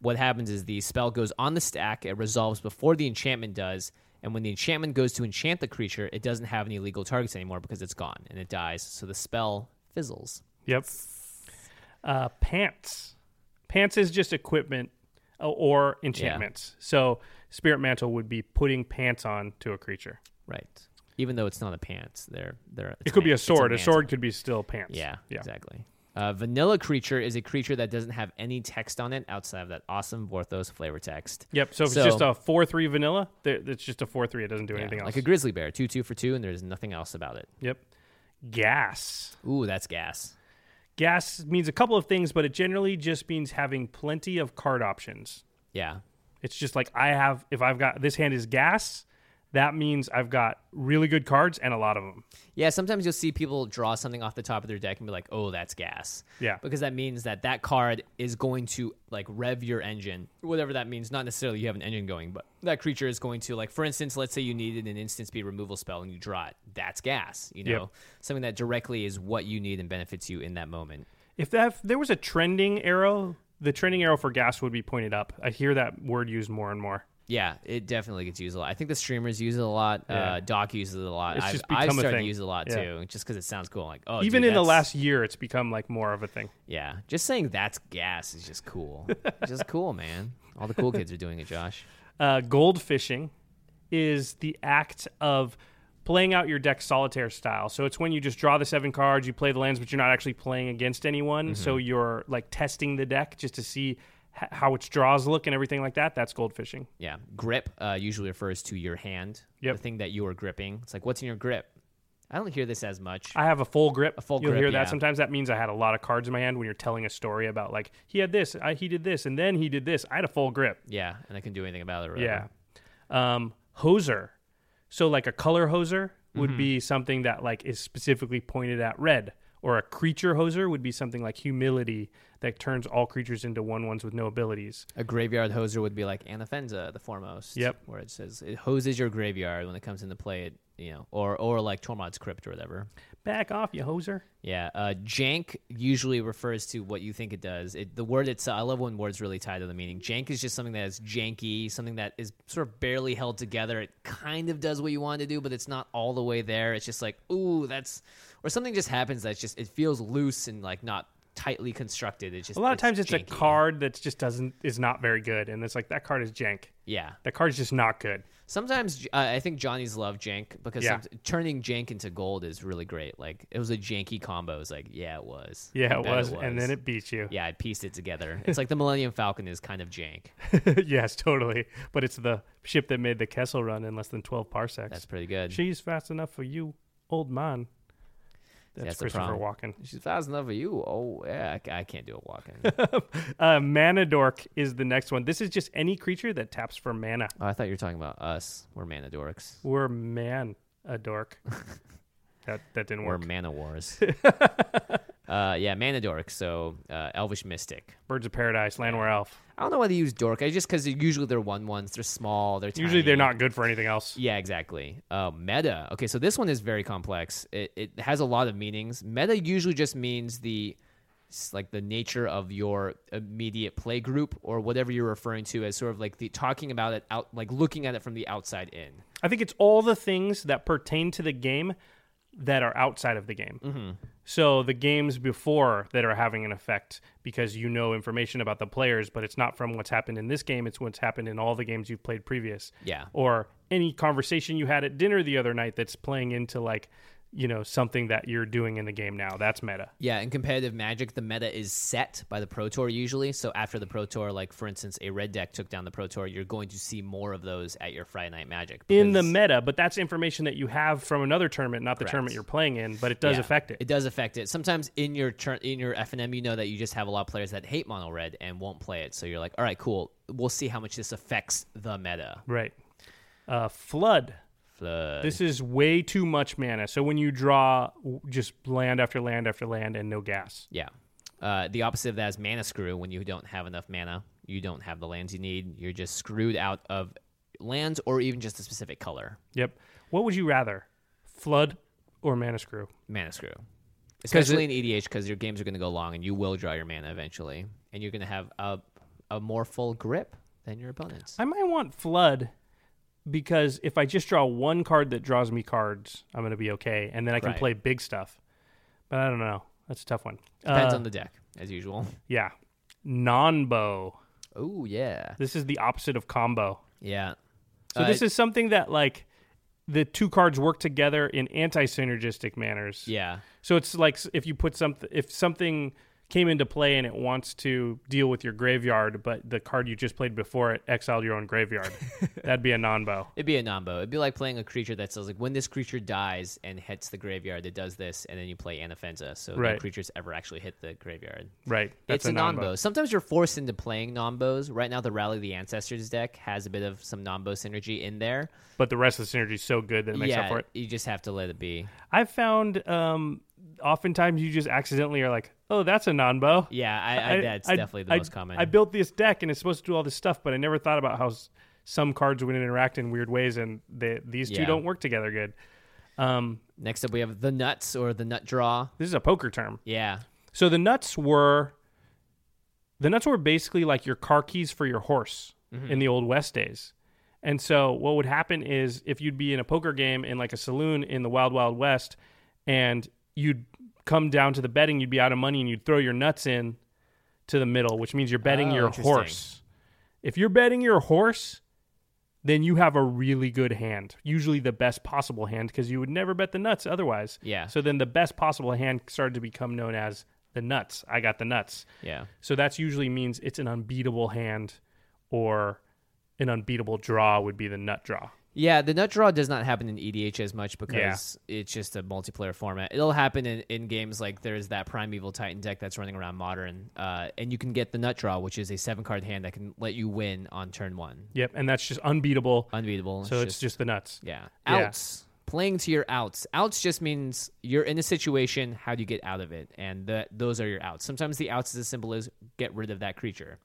What happens is the spell goes on the stack. It resolves before the enchantment does. And when the enchantment goes to enchant the creature, it doesn't have any legal targets anymore because it's gone and it dies. So the spell fizzles.
Yep. Uh, pants. Pants is just equipment uh, or enchantments. So spirit mantle would be putting pants on to a creature.
Right. Even though it's not a pants, they're they're.
It could be a sword. A, sword could be still pants.
Yeah,
Yeah.
Exactly. Uh, vanilla creature is a creature that doesn't have any text on it outside of that awesome Vorthos flavor text.
Yep. So if
So-
it's just a four three vanilla, th- it's just a four three. It doesn't do
Yeah,
anything else.
Like a grizzly bear, two two for two, and there's nothing else about it.
yep. Gas.
Ooh, that's gas.
Gas means a couple of things, but it generally just means having plenty of card options.
Yeah.
It's just like I have. If I've got this hand is gas, that means I've got really good cards and a lot of them.
Yeah, sometimes you'll see people draw something off the top of their deck and be like, "Oh, that's gas."
Yeah.
Because that means that that card is going to like rev your engine, whatever that means. Not necessarily you have an engine going, but that creature is going to like, for instance, let's say you needed an instant speed removal spell and you draw it. That's gas. You know,
Yep.
something that directly is what you need and benefits you in that moment.
If that if there was a trending arrow, the trending arrow for gas would be pointed up. I hear that word used more and more.
Yeah, it definitely gets used a lot. I think the streamers use it a lot. Uh,
Yeah.
Doc uses it a lot.
It's
I've,
just
I've
become a
started to
thing.
use it a lot
Yeah.
too, just because it sounds cool. Like, oh,
Even
dude,
in the
that's-
last year, it's become like more of a thing.
Yeah, just saying that's gas is just cool. It's just cool, man. All the cool kids are doing it, Josh.
Uh, gold fishing is the act of playing out your deck solitaire style. So it's when you just draw the seven cards, you play the lands, but you're not actually playing against anyone. So you're like testing the deck just to see h- how its draws look and everything like that. That's gold fishing.
Yeah, grip uh, usually refers to your hand,
Yep.
the thing that you are gripping. It's like, what's in your grip? I don't hear this as much.
I have a full grip. A
full
You'll
grip,
hear that
yeah.
sometimes. That means I had a lot of cards in my hand. When you're telling a story about like he had this, I, he did this, and then he did this. I had a full grip.
yeah, and I can do anything about it. or
Yeah.
whatever.
Um, hoser. So like a color hoser would
Mm-hmm.
be something that like is specifically pointed at red, or a creature hoser would be something like humility that turns all creatures into one ones with no abilities.
A graveyard hoser would be like Anafenza, the foremost.
Yep.
Where it says it hoses your graveyard when it comes into play. It you know, or or like Tormod's crypt or whatever.
Back off, you hoser.
Yeah, uh, jank usually refers to what you think it does. It, the word itself, I love when words really tie to the meaning. Jank is just something that is janky, something that is sort of barely held together. It kind of does what you want to do, but it's not all the way there. It's just like, ooh, that's, or something just happens that's just, it feels loose and like not tightly constructed. It's just
A lot of times it's
janky.
a card that just doesn't is not very good, and it's like that card is jank.
Yeah.
That card's just not good.
Sometimes uh, I think Johnny's love jank because
Yeah.
somet- turning jank into gold is really great. Like it was a janky combo. It's like, yeah, it was.
Yeah,
I
it
bet
was, and then it beat you.
Yeah, I pieced it together. It's like the Millennium Falcon is kind of jank.
yes, totally. But it's the ship that made the Kessel run in less than twelve parsecs.
That's pretty good.
She's fast enough for you, old man. That's,
That's the
Christopher
problem.
Walken.
She's fast enough for you. Oh, yeah, I, I can't do Oh, it walking.
Uh, mana dork is the next one. This is just any creature that taps for mana.
oh, I thought you were talking about us. We're mana dorks.
We're man a dork. that that didn't
We're
work.
mana wars. uh, yeah, mana dork. So uh, elvish mystic.
Birds of Paradise, Landwehr Elf.
I don't know why they use dork. I just because usually they're one ones. They're small. They're tiny.
Usually they're not good for anything else.
Yeah, exactly. Uh, meta. Okay, so this one is very complex. It, it has a lot of meanings. Meta usually just means the s- like the nature of your immediate play group or whatever you're referring to as sort of like the talking about it out like looking at it from the outside in.
I think it's all the things that pertain to the game that are outside of the game.
Mm-hmm.
So the games before that are having an effect because you know information about the players, but it's not from what's happened in this game. It's what's happened in all the games you've played previous.
Yeah.
Or any conversation you had at dinner the other night that's playing into like you know something that you're doing in the game now. That's meta.
Yeah, in competitive Magic, the meta is set by the Pro Tour usually. So after the Pro Tour, like for instance, a red deck took down the Pro Tour, you're going to see more of those at your Friday Night Magic.
In the
because-
meta, but that's information that you have from another tournament, not the tournament you're playing in, but it does
Yeah,
affect it.
It does affect it. Sometimes in your turn, in your FNM, you know that you just have a lot of players that hate mono red and won't play it. So you're like, all right, cool. We'll see how much this affects the meta.
Right. Uh, flood.
Flood.
This is way too much mana. So when you draw w- just land after land after land and no gas.
yeah. Uh, the opposite of that is mana screw. When you don't have enough mana, you don't have the lands you need. You're just screwed out of lands or even just a specific color.
Yep. What would you rather? Flood or mana screw?
Mana screw. Especially in E EDH because your games are going to go long and you will draw your mana eventually. And you're going to have a, a more full grip than your opponents.
I might want flood because if I just draw one card that draws me cards, I'm going to be okay and then I can
Right.
play big stuff. But I don't know. That's a tough one.
Depends
Uh,
on the deck, as usual.
Yeah. Non-bow.
Oh, yeah.
This is the opposite of combo.
Yeah. Uh,
So this is something that like the two cards work together in anti-synergistic manners.
yeah.
So it's like s- if you put something if something came into play and it wants to deal with your graveyard, but the card you just played before it exiled your own graveyard. That'd be a non-bow.
It'd be a nombo. It'd be like playing a creature that says like when this creature dies and hits the graveyard, it does this, and then you play Anofenza, so no
Right.
creatures ever actually hit the graveyard.
Right.
it's a nombo. Sometimes you're forced into playing nombos. Right now, the Rally of the Ancestors deck has a bit of some nombo synergy in there.
But the rest of the synergy is so good that it makes
yeah,
up for it.
you just have to let it be.
I've found um oftentimes you just accidentally are like, "Oh, that's a non-bow."
Yeah, I, I, that's definitely the
I-
most common.
I built this deck and it's supposed to do all this stuff, but I never thought about how s- some cards would interact in weird ways, and they, these two
Yeah.
don't work together good. Um,
Next up, we have the nuts or the nut draw.
this is a poker term.
Yeah,
So the nuts were, the nuts were basically like your car keys for your horse
Mm-hmm.
in the old West days. And so what would happen is if you'd be in a poker game in like a saloon in the Wild Wild West, and you'd come down to the betting, you'd be out of money, and you'd throw your nuts in to the middle, which means you're betting
Oh,
your
interesting.
horse. If you're betting your horse, then you have a really good hand, usually the best possible hand, because you would never bet the nuts otherwise.
Yeah.
So then the best possible hand started to become known as the nuts. I got the nuts.
yeah.
So that's usually means it's an unbeatable hand or an unbeatable draw would be the nut draw.
Yeah, the nut draw does not happen in EDH as much because it's just a multiplayer format. It'll happen in, in games like there's that Primeval Titan deck that's running around Modern, uh, and you can get the nut draw, which is a seven card hand that can let you win on turn one.
Yep. And that's just unbeatable.
Unbeatable.
so it's just the nuts.
yeah.
Yeah.
Outs. Playing to your outs. Outs just means you're in a situation. How do you get out of it? And that those are your outs. Sometimes the outs is as simple as get rid of that creature.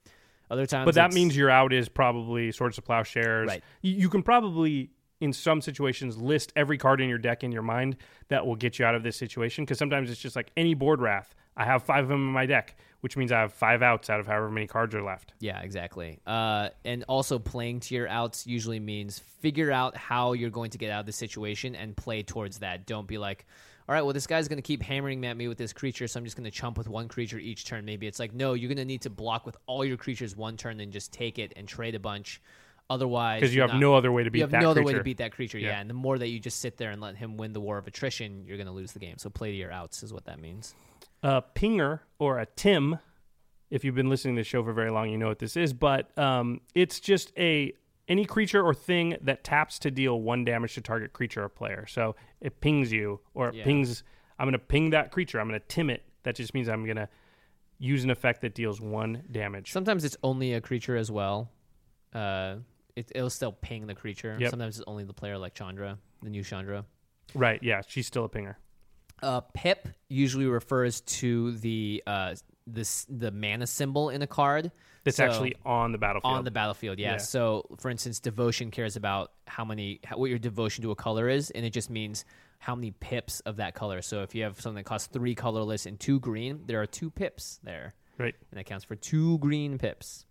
Other times,
But that
it's-
means your out is probably Swords of Plowshares.
Right.
You, you can probably, in some situations, list every card in your deck in your mind that will get you out of this situation. Because sometimes it's just like any board wrath. I have five of them in my deck, which means I have five outs out of however many cards are left.
Yeah, exactly. Uh, and also, playing to your outs usually means figure out how you're going to get out of the situation and play towards that. Don't be like, all right, well, this guy's going to keep hammering at me with this creature, so I'm just going to chump with one creature each turn. Maybe it's like, no, you're going to need to block with all your creatures one turn and just take it and trade a bunch. Otherwise,
'Cause you
you're
have no other way to beat
You have
that
no other way to
creature.
beat that creature. Yeah.
Yeah.
and the more that you just sit there and let him win the war of attrition, you're going to lose the game. So play to your outs is what that means.
a pinger or a tim if you've been listening to the show for very long you know what this is but um, it's just a any creature or thing that taps to deal one damage to target creature or player so it pings you or it
Yeah.
pings i'm going to ping that creature i'm going to tim it that just means i'm going to use an effect that deals one damage
Sometimes it's only a creature as well. Uh, it, it'll still ping the creature.
Yep.
Sometimes it's only the player, like Chandra, the new Chandra.
right yeah she's still a pinger
Uh, pip usually refers to the uh, this the mana symbol in a card
that's
So-
actually on the battlefield
on the battlefield. Yeah.
Yeah.
So, for instance, devotion cares about how many how, what your devotion to a color is, and it just means how many pips of that color. So, if you have something that costs three colorless and two green, there are two pips there,
right
and that counts for two green pips.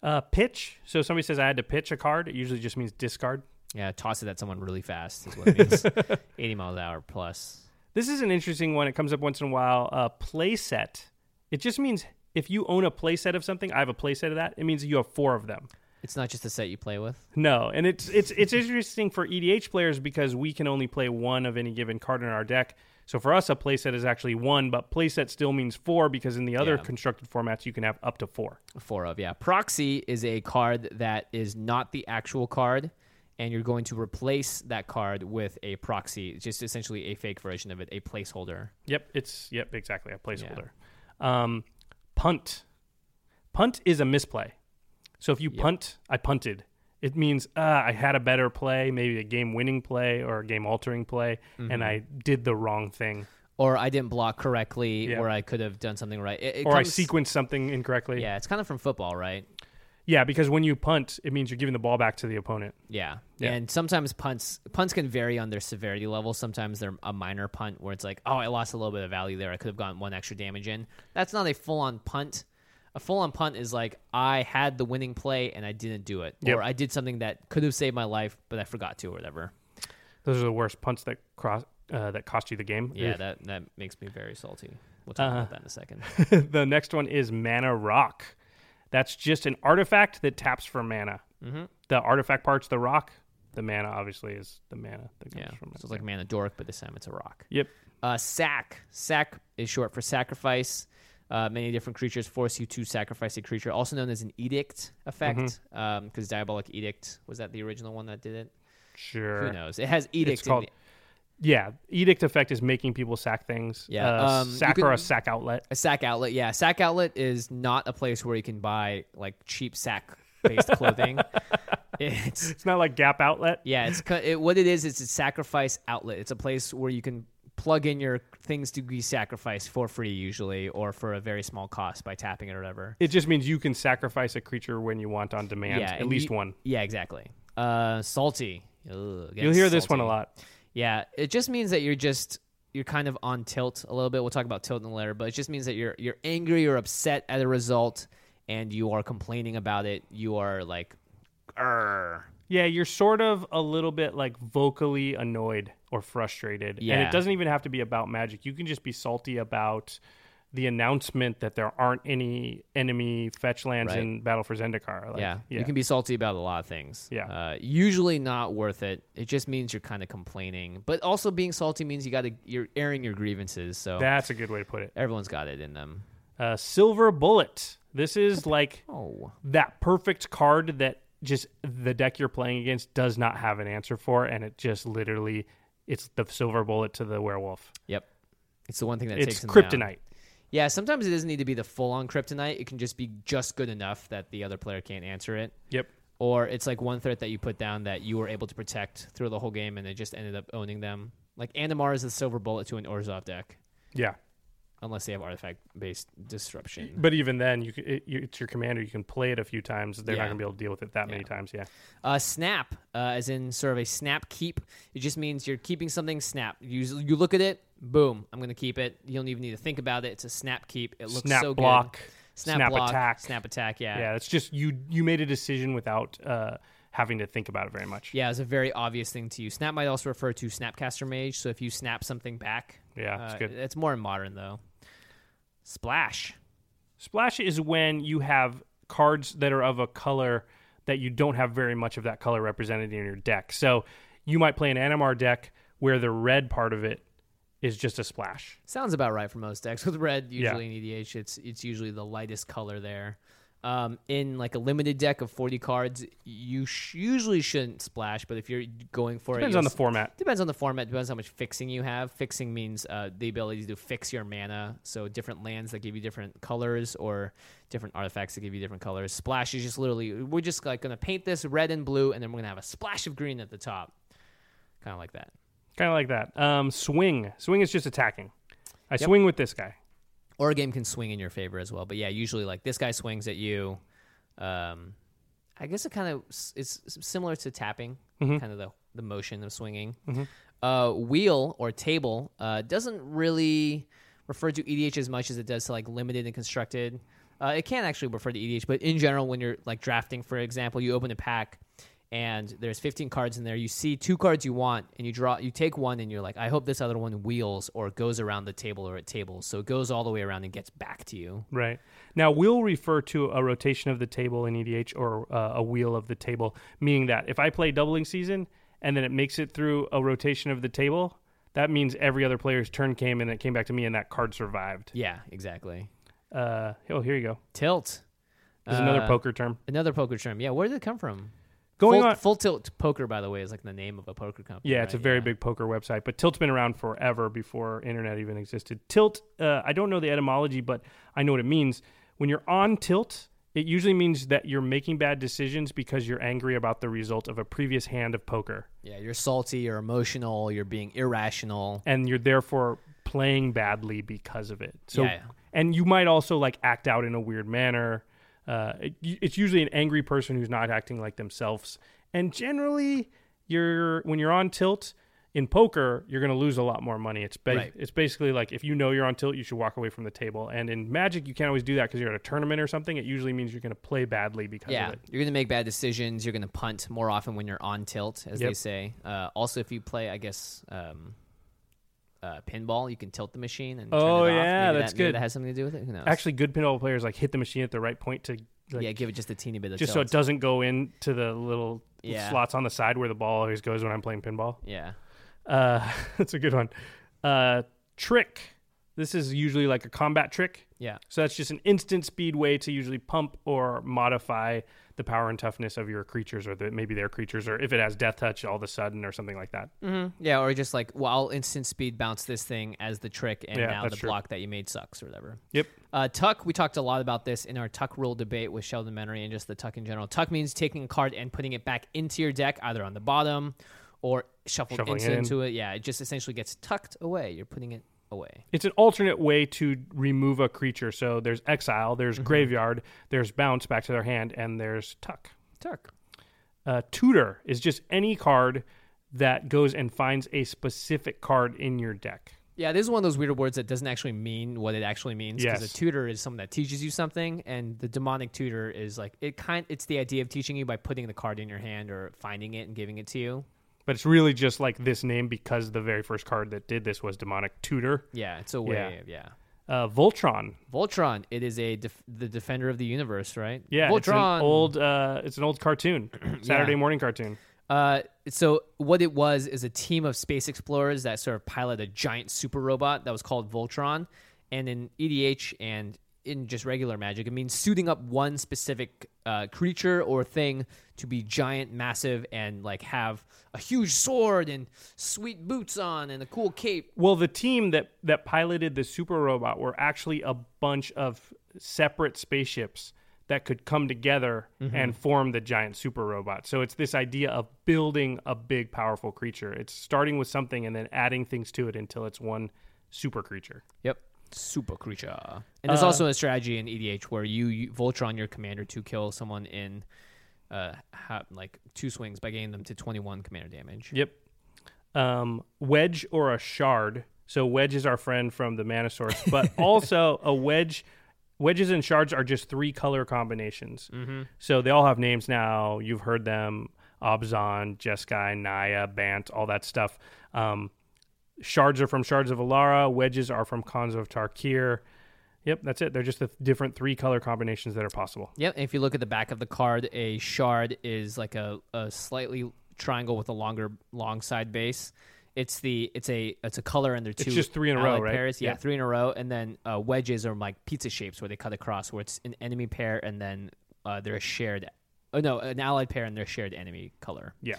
uh, pitch so somebody says i had to pitch a card it usually just means discard
Yeah, toss it at someone really fast is what it means. 80 miles an hour plus.
This is an interesting one. It comes up once in a while. Uh, playset. It just means if you own a playset of something, I have a playset of that. It means you have four of them.
It's not just the set you play with.
No, and it's it's it's interesting for EDH players because we can only play one of any given card in our deck. So for us, a playset is actually one, but playset still means four because in the other
Yeah.
constructed formats, you can have up to four.
Four of, yeah. Proxy is a card that is not the actual card, and you're going to replace that card with a proxy, It's just essentially a fake version of it, a placeholder.
Yep, it's yep exactly a placeholder. Um, punt, punt is a misplay. So if you punt, I punted. It means uh, I had a better play, maybe a game-winning play or a game-altering play,
Mm-hmm.
and I did the wrong thing,
Or I didn't block correctly,
Yeah.
or I could have done something right. It, it
or
comes-
I sequenced something incorrectly.
Yeah, it's kind of from football, right?
Yeah, because when you punt, it means you're giving the ball back to the opponent.
Yeah.
Yeah.
And sometimes punts punts can vary on their severity level. Sometimes they're a minor punt where it's like, oh, I lost a little bit of value there. I could have gotten one extra damage in. That's not a full on punt. A full on punt is like I had the winning play and I didn't do it,
Yep.
or I did something that could have saved my life but I forgot to, or whatever.
Those are the worst punts that cross uh, that cost you the game.
Yeah,
Oof. Uh-huh.
that that makes me very salty. We'll talk about that in a second.
the next one is mana rock. That's just an artifact that taps for mana. Mm-hmm. The artifact part's the rock. The mana obviously is the mana that comes
Yeah, so
from it.
it's like man a dork, but this time it's a rock.
yep.
Uh, sack. Sack is short for sacrifice. Uh, many different creatures force you to sacrifice a creature, also known as an edict effect, because
Mm-hmm.
diabolic edict was that the original one that did it.
Sure.
Who knows? It has edict.
It's called.
in the-
yeah, edict effect is making people sack things.
Yeah,
Uh,
um, you
sack or a
can-
sack outlet.
a sack outlet. Yeah, sack outlet is not a place where you can buy like cheap sack based clothing. it's
It's not like gap outlet.
yeah, it's co- it, what it is. It's a sacrifice outlet. It's a place where you can plug in your things to be sacrificed for free, usually, or for a very small cost by tapping it or whatever.
It just means you can sacrifice a creature when you want on demand. at
and
least
you-
one.
Yeah, exactly. Uh, salty. Ugh,
You'll hear this one a lot.
Yeah, it just means that you're just you're kind of on tilt a little bit. We'll talk about tilt in a later, but it just means that you're you're angry or upset at a result, and you are complaining about it. You are like, "Grr."
Yeah, you're sort of a little bit like vocally annoyed or frustrated. And
Yeah.
it doesn't even have to be about magic. You can just be salty about the announcement that there aren't any enemy fetch lands
Right.
in Battle for Zendikar. Like,
yeah, you can be salty about a lot of things.
Yeah.
uh, usually not worth it. It just means you're kind of complaining, but also being salty means you got to you're airing your grievances. So
That's a good way to put it.
everyone's got it in them.
Uh, Silver Bullet. This is like
Oh,
that perfect card that just the deck you're playing against does not have an answer for. And it just literally, it's the silver bullet to the werewolf.
yep. It's the one thing that takes
It's
them down.
kryptonite.
Yeah, sometimes it doesn't need to be the full on kryptonite. It can just be just good enough that the other player can't answer it.
Yep.
Or it's like one threat that you put down that you were able to protect through the whole game and it just ended up owning them. Like Animar is the silver bullet to an Orzov deck,
Yeah.
unless they have artifact based disruption.
But even then, you, c- it, you it's your commander. You can play it a few times. They're
Yeah.
not going to be able to deal with it that many times. Yeah.
Uh, snap, uh, as in sort of a snap keep, it just means you're keeping something snap. You, you look at it, boom, I'm going to keep it. You don't even need to think about it. It's a snap keep. It looks
snap
so
block.
good.
Snap, attack.
Snap attack,
Yeah, it's just you. You made a decision without uh, having to think about it very much.
Yeah, it's a very obvious thing to you. Snap might also refer to Snapcaster Mage. So if you snap something back, uh,
Yeah, that's good.
It's more in modern though. Splash.
Splash is when you have cards that are of a color that you don't have very much of that color represented in your deck. So you might play an Animar deck where the red part of it is just a splash.
Sounds about right for most decks. With red,
Yeah.
usually in EDH, it's it's usually the lightest color there. Um, in like a limited deck of forty cards, you sh- usually shouldn't splash. But if you're going for
Depends
it,
on the
you'll s-
format.
Depends on the format. Depends how much fixing you have. Fixing means uh, the ability to fix your mana. So different lands that give you different colors, or different artifacts that give you different colors. Splash is just literally we're just like gonna paint this red and blue, and then we're gonna have a splash of green at the top, kind of like that.
Kind of like that. Um, swing. Swing is just attacking. I swing with this guy.
Or a game can swing in your favor as well. But yeah, usually like this guy swings at you. Um, I guess it kind of it's similar to tapping, kind of the the motion of swinging. Uh, wheel or table uh, doesn't really refer to EDH as much as it does to like limited and E constructed. Uh, it can actually refer to EDH, but in general, when you're like drafting, for example, you open a pack and there's 15 cards in there. You see two cards you want, and you draw. You take one, and you're like, I hope this other one wheels or goes around the table or at tables. So it goes all the way around and gets back to you.
Right. Now, we'll refer to a rotation of the table in EDH or uh, a wheel of the table, meaning that if I play doubling season and then it makes it through a rotation of the table, that means every other player's turn came and it came back to me and that card survived.
Yeah, exactly.
Uh, oh, here you go.
Tilt.
There's another
Uh,
poker term.
Another poker term. Yeah, where did it come from?
Going
full,
on.
full tilt poker, by the way, is like the name of a poker company.
Yeah, it's a
right?
very
Yeah.
big poker website, but Tilt's been around forever before internet even existed. Tilt, uh, I don't know the etymology, but I know what it means. When you're on tilt, it usually means that you're making bad decisions because you're angry about the result of a previous hand of poker,
Yeah, you're salty, you're emotional, you're being irrational.
and you're therefore playing badly because of it. So,
Yeah.
and you might also like act out in a weird manner. Uh, it, it's usually an angry person who's not acting like themselves, and generally, you're when you're on tilt in poker, you're going to lose a lot more money. It's ba-
Right.
it's basically like if you know you're on tilt, you should walk away from the table. And in Magic, you can't always do that because you're at a tournament or something. It usually means you're going to play badly because
Yeah,
of it.
you're gonna make bad decisions. You're gonna punt more often when you're on tilt, as they
Yep.
say. Uh, also, if you play, I guess, um, uh, pinball, you can tilt the machine and
Oh,
turn it off.
yeah,
Maybe
that's
that, maybe
good.
That has something to do with it. Who knows?
Actually, good pinball players like hit the machine at the right point to like,
yeah, give it just a teeny bit of
just so
tilt.
it doesn't go into the little
Yeah.
slots on the side where the ball always goes when I'm playing pinball.
yeah,
Uh, that's a good one. Uh, trick. This is usually like a combat trick.
yeah,
So that's just an instant speed way to usually pump or modify the power and toughness of your creatures, or the, maybe their creatures, or if it has death touch all of a sudden, or something like that.
hmm yeah, or just like, well, I'll instant speed bounce this thing as the trick, and
Yeah,
now
that's
the
true.
block that you made sucks or whatever.
Yep.
Uh, tuck, we talked a lot about this in our tuck rule debate with Sheldon Menery and just the tuck in general. Tuck means taking a card and putting it back into your deck, either on the bottom or shuffled
Shuffling
into,
it in.
into it. Yeah, it just essentially gets tucked away. You're putting it away.
It's an alternate way to remove a creature. So there's exile, there's graveyard, there's bounce back to their hand, and there's tuck.
Tuck.
Uh, tutor is just any card that goes and finds a specific card in your deck.
Yeah, this is one of those weird words that doesn't actually mean what it actually means. Because
Yes.
a tutor is someone that teaches you something, and the demonic tutor is like it kind. It's the idea of teaching you by putting the card in your hand or finding it and giving it to you.
But it's really just like this name because the very first card that did this was Demonic Tutor.
Yeah, it's a way.
Yeah.
Of, yeah.
Uh, Voltron.
Voltron. It is a def- the defender of the universe, right?
Yeah,
Voltron.
it's an old. Uh, it's an old cartoon, Saturday morning cartoon.
Uh, so what it was is a team of space explorers that sort of pilot a giant super robot that was called Voltron, and in EDH and in just regular Magic, it means suiting up one specific uh, creature or thing to be giant, massive, and like have a huge sword and sweet boots on and a cool cape.
Well, the team that that piloted the super robot were actually a bunch of separate spaceships that could come together and form the giant super robot. So it's this idea of building a big, powerful creature. It's starting with something and then adding things to it until it's one super creature.
Yep. Super creature. And
Uh,
there's also a strategy in EDH where you, you Voltron your commander to kill someone in uh ha- like two swings by getting them to 21 commander damage.
Yep. Um, wedge or a shard. So wedge is our friend from the Manosaurus, but also a wedge. Wedges and shards are just three color combinations. Mm-hmm. So they all have names now. You've heard them: Obzon, Jeskai, Naya, Bant, all that stuff. Um, shards are from Shards of Alara. Wedges are from Khans of Tarkir. Yep, that's it. They're just the different three color combinations that are possible.
Yep. And if you look at the back of the card, a shard is like a, a slightly triangle with a longer long side base. It's the it's a it's a color and they're two.
just three in a row,
allied
right?
Pairs. Yeah,
Yeah.
three in a row, and then uh, wedges are like pizza shapes where they cut across, where it's an enemy pair and then uh, they're a shared. Oh no, an allied pair and their shared enemy color.
Yeah.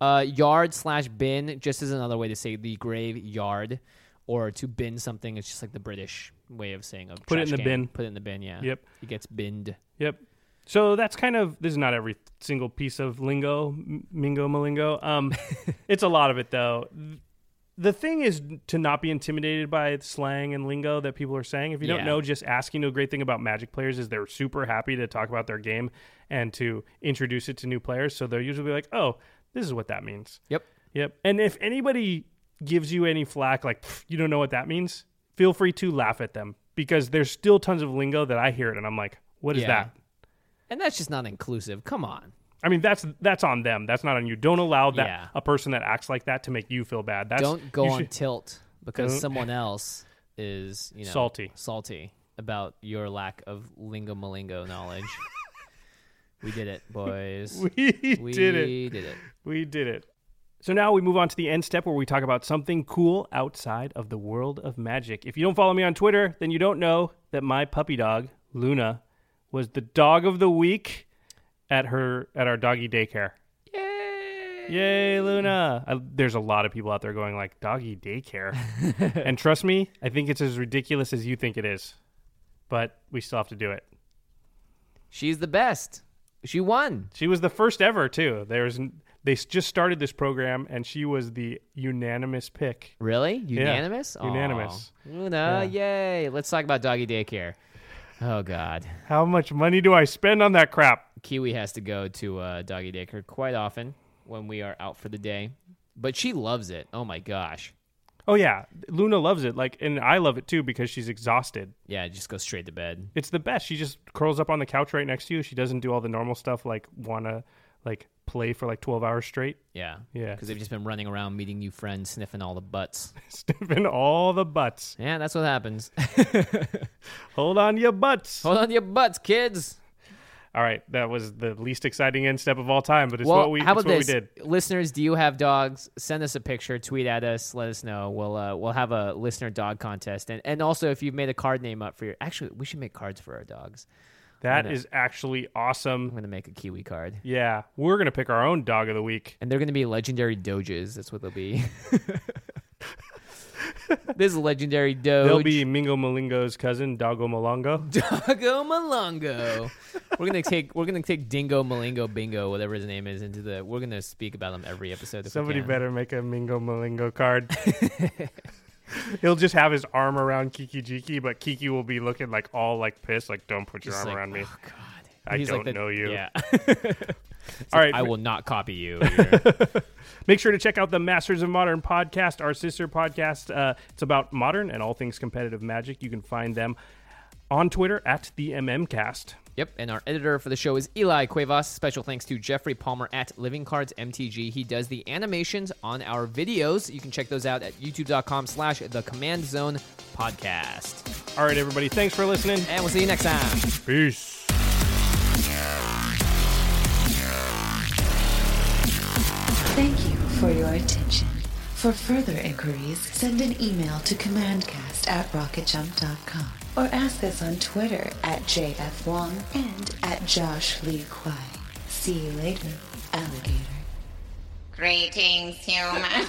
Uh, yard slash bin just is another way to say the graveyard, or to bin something. It's just like the British way of saying a
Put
trash
it in the
can.
bin.
Put it in the bin. Yeah.
Yep.
It gets binned.
Yep. So that's kind of this is not every single piece of lingo, m- mingo, malingo. Um, it's a lot of it though. Th- The thing is to not be intimidated by slang and lingo that people are saying. If you
Yeah.
don't know, just asking. You know, a great thing about Magic players is they're super happy to talk about their game and to introduce it to new players. So they're usually like, "Oh, this is what that means."
Yep.
Yep. And if anybody gives you any flack, like "Pff, you don't know what that means, feel free to laugh at them because there's still tons of lingo that I hear it and I'm like, "What is
Yeah.
that?"
And that's just not inclusive. Come on.
I mean, that's that's on them. That's not on you. Don't allow that
Yeah.
a person that acts like that to make you feel bad. That's
Don't go
you
on
should-
tilt because
Don't-
someone else is you know
Salty.
salty about your lack of lingo malingo knowledge. we did it, boys.
we, did it.
We did it.
We did it. So now we move on to the end step where we talk about something cool outside of the world of magic. If you don't follow me on Twitter, then you don't know that my puppy dog, Luna, was the dog of the week at her at our doggy daycare. Yay, Luna! I, there's a lot of people out there going like doggy daycare, and trust me, I think it's as ridiculous as you think it is. But we still have to do it.
She's the best. She won.
She was the first ever too. There's they s- just started this program, and she was the unanimous pick.
Really? Unanimous? Aw.
unanimous.
Luna, yay. Let's talk about doggy daycare. Oh, God.
How much money do I spend on that crap?
Kiwi has to go to uh, doggy daycare quite often when we are out for the day, but she loves it. Oh, my gosh.
Oh yeah, Luna loves it. Like, and I love it too because she's exhausted.
Yeah, just go straight to bed.
It's the best. She just curls up on the couch right next to you. She doesn't do all the normal stuff like wanna like play for like twelve hours straight.
Yeah.
Yeah.
Because they've just been running around meeting new friends, sniffing all the butts.
Sniffing all the butts.
Yeah, that's what happens.
Hold on to your butts.
Hold on to your butts, kids.
All right, that was the least exciting end step of all time, but it's
well,
what we
how
it's
about this?
what we did.
Listeners, do you have dogs? Send us a picture, tweet at us, let us know. We'll uh, we'll have a listener dog contest, and and also if you've made a card name up for your, actually we should make cards for our dogs.
That is actually
I'm
awesome.
gonna make a kiwi card,
Yeah, we're gonna pick our own dog of the week.
and they're gonna be legendary doges. That's what they'll be. this legendary doge,
They'll be Mingo Malingo's cousin, Doggo Malongo.
Oh, Doggo Malongo. we're gonna take we're gonna take Dingo Malingo Bingo, whatever his name is, into the. We're gonna speak about him every episode. If
Somebody
we can.
better make a Mingo Malingo card. He'll just have his arm around Kiki Jiki, but Kiki will be looking like all like pissed, like don't put your
Just
arm
like,
around me.
Oh God.
I don't know you.
Yeah.
All right,
I will not copy you. You're-
Make sure to check out the Masters of Modern podcast, our sister podcast. Uh, it's about modern and all things competitive magic. You can find them on Twitter at the MMCast.
yep. And our editor for the show is Eli Cuevas. Special thanks to Jeffrey Palmer at Living Cards MTG. He does the animations on our videos. You can check those out at youtube.com slash the command zone podcast.
All right, everybody, thanks for listening.
And we'll see you next time.
Peace.
Thank you for your attention. For further inquiries, send an email to commandcast at rocketjump.com or ask us on Twitter at JF Wong and at Josh Lee Kwai. See you later, alligator.
Greetings, humans.